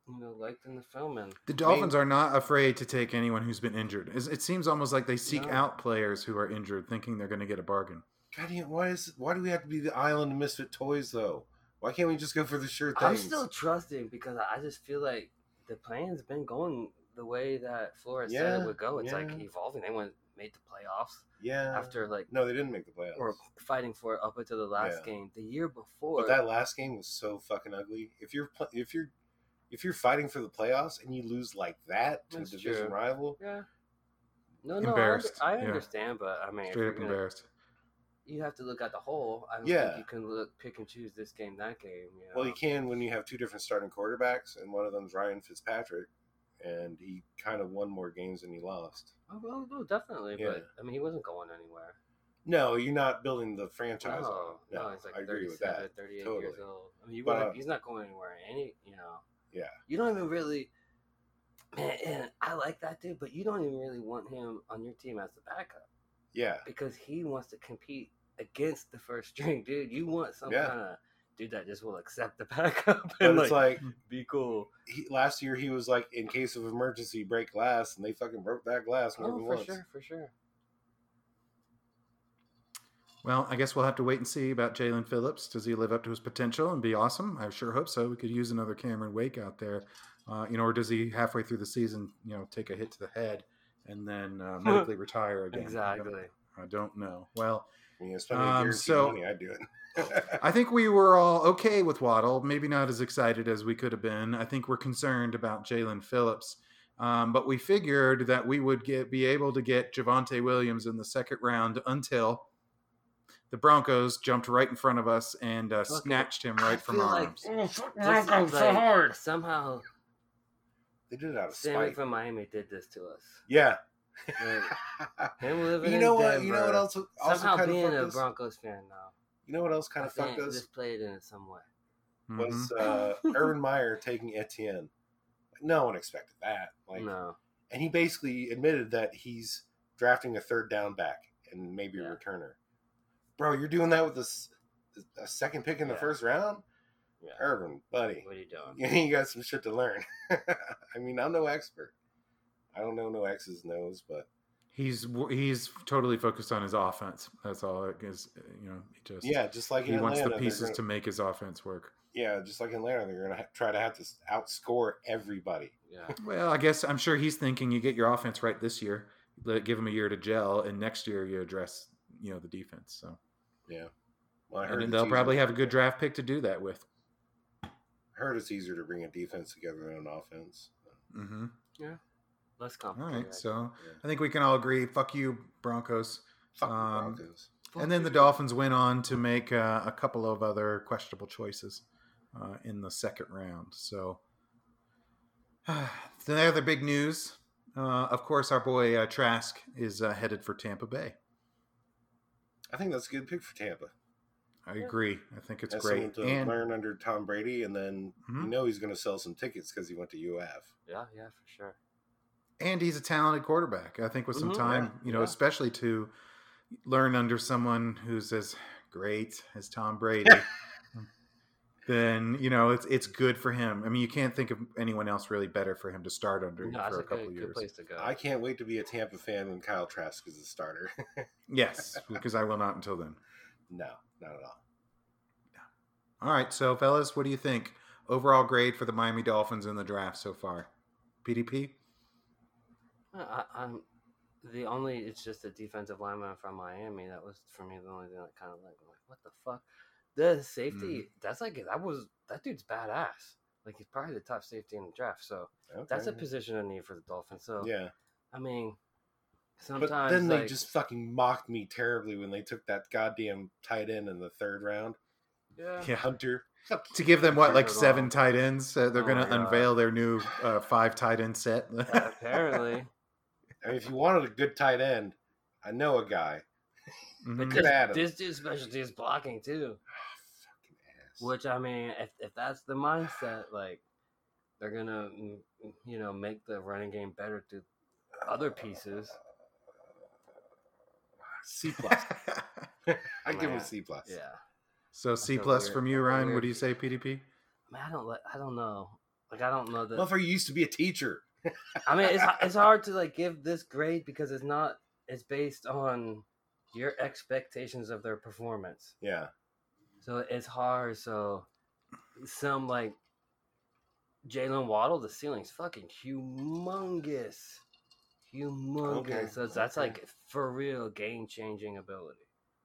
[SPEAKER 3] you know liked in the film and
[SPEAKER 2] The Dolphins are not afraid to take anyone who's been injured. It's- It seems almost like they seek
[SPEAKER 3] No.
[SPEAKER 2] out players who are injured, thinking they're going to get a bargain.
[SPEAKER 1] God damn! Why is why do we have to be the island of misfit toys though? Why can't we just go for the sure things?
[SPEAKER 3] I'm still trusting because I I just feel like the plan's been going the way that Flores said
[SPEAKER 1] Yeah,
[SPEAKER 3] it would go. It's like
[SPEAKER 1] yeah.
[SPEAKER 3] evolving. They went made the playoffs
[SPEAKER 1] yeah.
[SPEAKER 3] after like
[SPEAKER 1] no, they didn't make the playoffs.
[SPEAKER 3] or fighting for it up until the last
[SPEAKER 1] Yeah.
[SPEAKER 3] game. The year before
[SPEAKER 1] but that last game was so fucking ugly. If you're pl- if you're if you're fighting for the playoffs and you lose like that to
[SPEAKER 3] That's
[SPEAKER 1] a division
[SPEAKER 3] true.
[SPEAKER 1] rival,
[SPEAKER 3] Yeah. No, no, I under-
[SPEAKER 2] Embarrassed,
[SPEAKER 3] I,
[SPEAKER 2] yeah.
[SPEAKER 3] understand, but I mean, if
[SPEAKER 2] Straight
[SPEAKER 3] you're
[SPEAKER 2] up
[SPEAKER 3] gonna-
[SPEAKER 2] embarrassed.
[SPEAKER 3] you have to look at the whole. I don't
[SPEAKER 1] Yeah.
[SPEAKER 3] think you can look, pick and choose this game, that game. You know?
[SPEAKER 1] Well, you can when you have two different starting quarterbacks, and one of them's Ryan Fitzpatrick, and he kind of won more games than he lost.
[SPEAKER 3] Oh, well, no, definitely, but
[SPEAKER 1] Yeah.
[SPEAKER 3] I mean, he wasn't going anywhere. Oh,
[SPEAKER 1] No, you're not building the franchise.
[SPEAKER 3] No,
[SPEAKER 1] on.
[SPEAKER 3] no, he's like
[SPEAKER 1] I agree with
[SPEAKER 3] 37,
[SPEAKER 1] that.
[SPEAKER 3] 38 years
[SPEAKER 1] Totally.
[SPEAKER 3] old. I mean, you
[SPEAKER 1] But,
[SPEAKER 3] wouldn't-
[SPEAKER 1] uh,
[SPEAKER 3] he's not going anywhere. Any, you know.
[SPEAKER 1] Yeah.
[SPEAKER 3] You don't even really. Man, and I like that dude, but you don't even really want him on your team as the backup
[SPEAKER 1] Yeah,
[SPEAKER 3] because he wants to compete against the first string dude. You want some
[SPEAKER 1] Yeah.
[SPEAKER 3] kind of dude that just will accept the backup
[SPEAKER 1] but
[SPEAKER 3] and
[SPEAKER 1] it's
[SPEAKER 3] like,
[SPEAKER 1] like
[SPEAKER 2] hmm.
[SPEAKER 3] be cool.
[SPEAKER 1] he, last year he was like, in case of emergency, break glass, and they fucking broke that glass more
[SPEAKER 3] Oh,
[SPEAKER 1] than
[SPEAKER 3] for
[SPEAKER 1] once.
[SPEAKER 3] sure, for sure.
[SPEAKER 2] Well, I guess we'll have to wait and see about Jalen Phillips. Does he live up to his potential and be awesome? I sure hope so. We could use another Cameron Wake out there, uh, you know, or does he halfway through the season, you know, take a hit to the head and then uh, medically retire again? I don't-
[SPEAKER 3] Exactly.
[SPEAKER 2] I don't know. Well,
[SPEAKER 1] You know, spending
[SPEAKER 2] Um,
[SPEAKER 1] guaranteed
[SPEAKER 2] so-
[SPEAKER 1] money, I'd do it.
[SPEAKER 2] I think we were all okay with Waddle. Maybe not as excited as we could have been. I think we're concerned about Jalen Phillips, um, but we figured that we would get be able to get Javante Williams in the second round until the Broncos jumped right in front of us and uh,
[SPEAKER 3] Fuck it.
[SPEAKER 2] snatched him right
[SPEAKER 3] I
[SPEAKER 2] from
[SPEAKER 3] feel
[SPEAKER 2] our
[SPEAKER 3] like-
[SPEAKER 2] arms.
[SPEAKER 1] This is
[SPEAKER 3] This
[SPEAKER 1] like-
[SPEAKER 3] is like somehow
[SPEAKER 1] they did it out of
[SPEAKER 3] Sammy
[SPEAKER 1] spite.
[SPEAKER 3] from Miami did this to us.
[SPEAKER 1] yeah,
[SPEAKER 3] Him living
[SPEAKER 1] you
[SPEAKER 3] in
[SPEAKER 1] know what?
[SPEAKER 3] Denver.
[SPEAKER 1] You know what else? Also
[SPEAKER 3] Somehow
[SPEAKER 1] kind of
[SPEAKER 3] being
[SPEAKER 1] fucked
[SPEAKER 3] a
[SPEAKER 1] us?
[SPEAKER 3] Broncos fan now,
[SPEAKER 1] You know what else
[SPEAKER 3] I
[SPEAKER 1] kind of
[SPEAKER 3] think
[SPEAKER 1] fucked us?
[SPEAKER 3] this played in it some way.
[SPEAKER 2] Mm-hmm.
[SPEAKER 1] was uh,
[SPEAKER 3] Mm-hmm.
[SPEAKER 1] Urban Meyer taking Etienne. No one expected that. Like,
[SPEAKER 3] no,
[SPEAKER 1] and he basically admitted that he's drafting a third down back and maybe
[SPEAKER 3] Yeah.
[SPEAKER 1] a returner. Bro, you're doing that with this a second pick in the
[SPEAKER 3] Yeah.
[SPEAKER 1] first round,
[SPEAKER 3] yeah.
[SPEAKER 1] Urban buddy.
[SPEAKER 3] What are you doing?
[SPEAKER 1] You ain't got some shit to learn. I mean, I'm no expert. I don't know no X's and O's, but
[SPEAKER 2] He's he's totally focused on his offense. That's all it is. You know, he just
[SPEAKER 1] yeah, just like
[SPEAKER 2] he
[SPEAKER 1] in
[SPEAKER 2] wants the
[SPEAKER 1] Atlanta, they're
[SPEAKER 2] pieces
[SPEAKER 1] gonna-
[SPEAKER 2] to make his offense work.
[SPEAKER 1] yeah, just like in Atlanta, they're gonna ha- try to have to s- outscore everybody.
[SPEAKER 3] Yeah,
[SPEAKER 2] Well, I guess I'm sure he's thinking you get your offense right this year, let, give him a year to gel, and next year you address you know the defense. So
[SPEAKER 1] Yeah, well, I
[SPEAKER 2] and
[SPEAKER 1] heard
[SPEAKER 2] then
[SPEAKER 1] it's
[SPEAKER 2] they'll
[SPEAKER 1] easier-
[SPEAKER 2] probably have a good draft pick to do that with.
[SPEAKER 1] heard it's easier to bring a defense together than an offense.
[SPEAKER 2] hmm
[SPEAKER 3] less
[SPEAKER 2] All
[SPEAKER 3] complicated.
[SPEAKER 2] right, so
[SPEAKER 1] Yeah.
[SPEAKER 2] I think we can all agree. Fuck you, Broncos.
[SPEAKER 1] Fuck the
[SPEAKER 2] Um,
[SPEAKER 1] Broncos.
[SPEAKER 2] and then the Dolphins went on to make uh, a couple of other questionable choices uh, in the second round. So the other big news, uh, of course, our boy uh, Trask is uh, headed for Tampa Bay.
[SPEAKER 1] I think that's a good pick for Tampa.
[SPEAKER 2] I agree. I think it's
[SPEAKER 1] That's
[SPEAKER 2] great.
[SPEAKER 1] something to
[SPEAKER 2] and
[SPEAKER 1] learn under Tom Brady, and then you
[SPEAKER 2] Mhm.
[SPEAKER 1] know he's going to sell some tickets because he went to UF.
[SPEAKER 3] Yeah, yeah, for sure.
[SPEAKER 2] and he's a talented quarterback. I think with some
[SPEAKER 3] Mhm,
[SPEAKER 2] time,
[SPEAKER 1] yeah,
[SPEAKER 2] you know,
[SPEAKER 1] yeah.
[SPEAKER 2] especially to learn under someone who's as great as Tom Brady, then you know it's it's good for him. I mean, you can't think of anyone else really better for him to start under
[SPEAKER 3] No, that's
[SPEAKER 2] for
[SPEAKER 3] a
[SPEAKER 2] a couple
[SPEAKER 3] good, good
[SPEAKER 2] years.
[SPEAKER 3] place to go.
[SPEAKER 1] I can't wait to be a Tampa fan when Kyle Trask is a starter.
[SPEAKER 2] Yes, because I will not until then.
[SPEAKER 1] no, not at all.
[SPEAKER 2] All right, so fellas, what do you think overall grade for the Miami Dolphins in the draft so far? PDP.
[SPEAKER 3] I, I'm the only. It's just a defensive lineman from Miami. That was for me the only thing that kind of like, I'm like what the fuck. The safety.
[SPEAKER 2] Hmm.
[SPEAKER 3] That's like that was that dude's badass. Like he's probably the top safety in the draft. So
[SPEAKER 1] Okay.
[SPEAKER 3] that's a position of need for the Dolphins. So
[SPEAKER 1] Yeah,
[SPEAKER 3] I mean,
[SPEAKER 1] but
[SPEAKER 3] sometimes
[SPEAKER 1] then they
[SPEAKER 3] like,
[SPEAKER 1] just fucking mocked me terribly when they took that goddamn tight end in the third round,
[SPEAKER 3] yeah.
[SPEAKER 2] Yeah.
[SPEAKER 1] Hunter. Fuck
[SPEAKER 2] To give them what, like
[SPEAKER 3] Turn it
[SPEAKER 2] seven
[SPEAKER 3] off.
[SPEAKER 2] tight ends? Uh, they're
[SPEAKER 3] Oh
[SPEAKER 2] going
[SPEAKER 3] my
[SPEAKER 2] to
[SPEAKER 3] God.
[SPEAKER 2] unveil their new uh, five tight end set.
[SPEAKER 3] Apparently,
[SPEAKER 1] I mean, if you wanted a good tight end, I know a guy.
[SPEAKER 2] Mhm.
[SPEAKER 3] but
[SPEAKER 1] Good at
[SPEAKER 3] this,
[SPEAKER 1] 'em.
[SPEAKER 3] this dude's specialty is blocking too.
[SPEAKER 1] Fucking ass.
[SPEAKER 3] Which I mean, if if that's the mindset, like they're gonna, mm, you know, make the running game better through other pieces.
[SPEAKER 1] C plus. I give him
[SPEAKER 3] Man.
[SPEAKER 1] a C plus.
[SPEAKER 3] Yeah,
[SPEAKER 2] so C
[SPEAKER 3] feel
[SPEAKER 2] plus
[SPEAKER 3] weird.
[SPEAKER 2] from you,
[SPEAKER 3] I feel
[SPEAKER 2] Ryan. What
[SPEAKER 3] weird.
[SPEAKER 2] do you say, PDP?
[SPEAKER 3] man, I don't like, I don't know, like I don't know that.
[SPEAKER 1] Motherfucker used to be a teacher.
[SPEAKER 3] I mean, it's it's hard to like give this grade because it's not, it's based on your expectations of their performance.
[SPEAKER 1] Yeah.
[SPEAKER 3] So it's hard. So some like Jalen Waddle, the ceiling's fucking humongous, humongous. so that's
[SPEAKER 1] okay.
[SPEAKER 3] like for real game changing ability.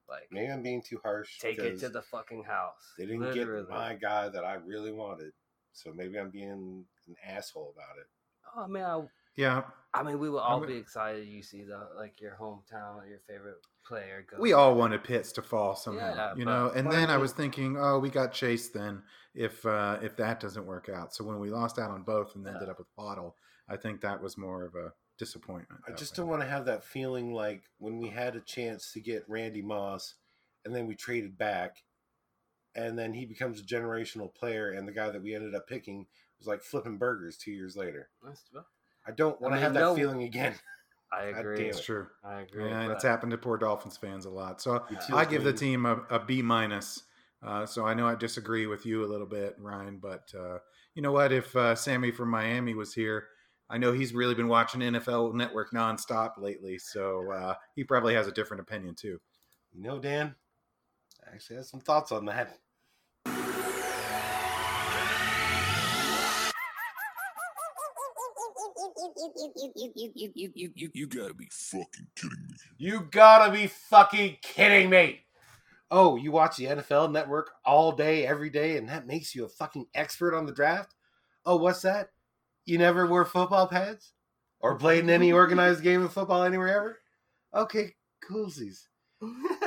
[SPEAKER 3] Like
[SPEAKER 1] Maybe I'm being too harsh.
[SPEAKER 3] take it to
[SPEAKER 1] 'cause
[SPEAKER 3] the fucking house.
[SPEAKER 1] They didn't
[SPEAKER 3] literally.
[SPEAKER 1] get my guy that I really wanted. So maybe I'm being an asshole about it.
[SPEAKER 3] Oh man, I,
[SPEAKER 2] Yeah,
[SPEAKER 3] I mean, we will all
[SPEAKER 2] I'm-
[SPEAKER 3] be excited. You see the like your hometown, or your favorite player go.
[SPEAKER 2] we all wanted Pitts to fall somehow,
[SPEAKER 3] Yeah,
[SPEAKER 2] you
[SPEAKER 3] but-
[SPEAKER 2] know. And
[SPEAKER 3] but I
[SPEAKER 2] then I
[SPEAKER 3] mean-
[SPEAKER 2] was thinking, oh, we got Chase then. If uh, if that doesn't work out, so when we lost out on both and then ended
[SPEAKER 3] Yeah.
[SPEAKER 2] up with Waddle, I think that was more of a disappointment.
[SPEAKER 1] I
[SPEAKER 2] that
[SPEAKER 1] just
[SPEAKER 2] way.
[SPEAKER 1] don't want to have that feeling like when we had a chance to get Randy Moss and then we traded back and then he becomes a generational player and the guy that we ended up picking was like flipping burgers two years later.
[SPEAKER 3] That's- well,
[SPEAKER 1] I don't want to
[SPEAKER 3] mean,
[SPEAKER 1] have that
[SPEAKER 3] no-
[SPEAKER 1] feeling again.
[SPEAKER 3] I
[SPEAKER 1] God
[SPEAKER 3] agree.
[SPEAKER 1] damn
[SPEAKER 2] It's true.
[SPEAKER 3] I agree.
[SPEAKER 2] Yeah, and
[SPEAKER 3] but
[SPEAKER 2] it's happened to poor Dolphins fans a lot. So
[SPEAKER 1] It
[SPEAKER 3] I
[SPEAKER 1] feels
[SPEAKER 2] I give the
[SPEAKER 1] mean.
[SPEAKER 2] team a, a B minus. Uh, so I know I disagree with you a little bit, Ryan, but uh, you know what? If uh, Sammy from Miami was here, I know he's really been watching NFL Network nonstop lately. So uh, he probably has a different opinion too.
[SPEAKER 1] You know, Dan, I actually have some thoughts on that. You gotta be fucking kidding me. Oh, you watch the NFL network all day, every day, and that makes you a fucking expert on the draft? Oh, what's that? You never wore football pads? Or played in any organized game of football anywhere ever? Okay, coolsies.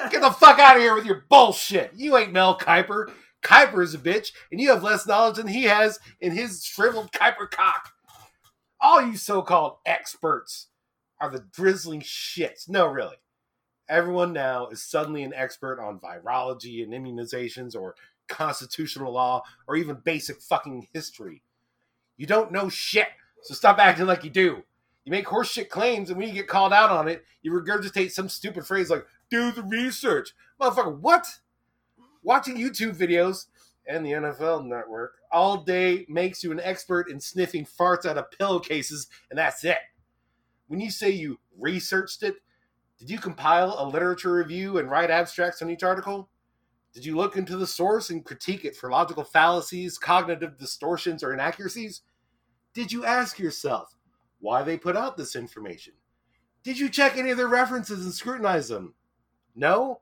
[SPEAKER 1] Get the fuck out of here with your bullshit. You ain't Mel Kiper. Kiper is a bitch, and you have less knowledge than he has in his shriveled Kiper cock. All you so called experts are the drizzling shits. No, really. Everyone now is suddenly an expert on virology and immunizations or constitutional law or even basic fucking history. You don't know shit, so stop acting like you do. You make horseshit claims, and when you get called out on it, you regurgitate some stupid phrase like, do the research. Motherfucker, what? Watching YouTube videos and the NFL network all day makes you an expert in sniffing farts out of pillowcases, and that's it. When you say you researched it, did you compile a literature review and write abstracts on each article? Did you look into the source and critique it for logical fallacies, cognitive distortions, or inaccuracies? Did you ask yourself why they put out this information? Did you check any of their references and scrutinize them? No?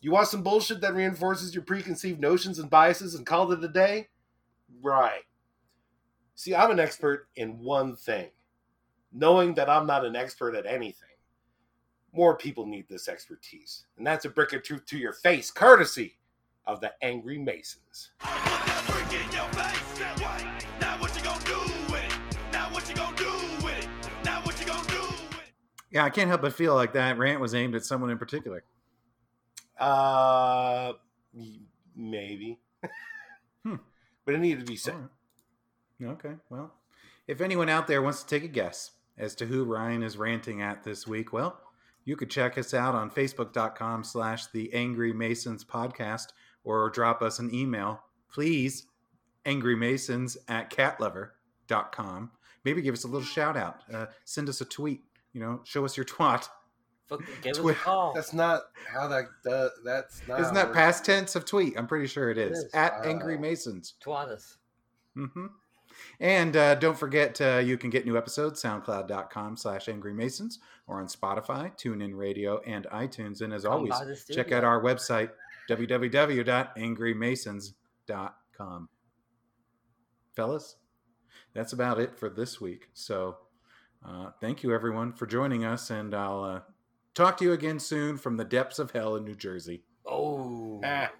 [SPEAKER 1] You want some bullshit that reinforces your preconceived notions and biases and call it a day? Right. See, I'm an expert in one thing knowing that I'm not an expert at anything. More people need this expertise, and that's a brick of truth to your face, courtesy of the Angry Masons.
[SPEAKER 2] Yeah, I can't help but feel like that rant was aimed at someone in particular.
[SPEAKER 1] Uh, y- maybe,
[SPEAKER 2] Hmm.
[SPEAKER 1] but it needed to be said.
[SPEAKER 2] All right. Okay, well, if anyone out there wants to take a guess as to who Ryan is ranting at this week, well, you could check us out on facebook.com slash the Angry Masons podcast or drop us an email, please, angrymasons at catlover.com. Maybe give us a little shout out. Uh, send us a tweet. You know, show us your twat.
[SPEAKER 3] Fuck, give us a
[SPEAKER 2] Twi-
[SPEAKER 3] call.
[SPEAKER 1] That's not how that. does. that's not.
[SPEAKER 2] Isn't
[SPEAKER 1] how
[SPEAKER 2] that
[SPEAKER 1] it-
[SPEAKER 2] past tense of tweet? I'm pretty sure it
[SPEAKER 3] It
[SPEAKER 2] is.
[SPEAKER 3] is.
[SPEAKER 2] At
[SPEAKER 1] Wow.
[SPEAKER 2] Angry Masons.
[SPEAKER 3] Twat us.
[SPEAKER 2] Mm-hmm. And uh, don't forget, uh, you can get new episodes soundcloud.com slash angry masons or on Spotify, TuneIn Radio, and iTunes. And as
[SPEAKER 3] Come
[SPEAKER 2] always,
[SPEAKER 3] by the studio.
[SPEAKER 2] check out our website, www.angrymasons.com. Fellas, that's about it for this week. So uh, thank you, everyone, for joining us. And I'll uh, talk to you again soon from the depths of hell in New Jersey.
[SPEAKER 3] Oh.
[SPEAKER 1] Ah.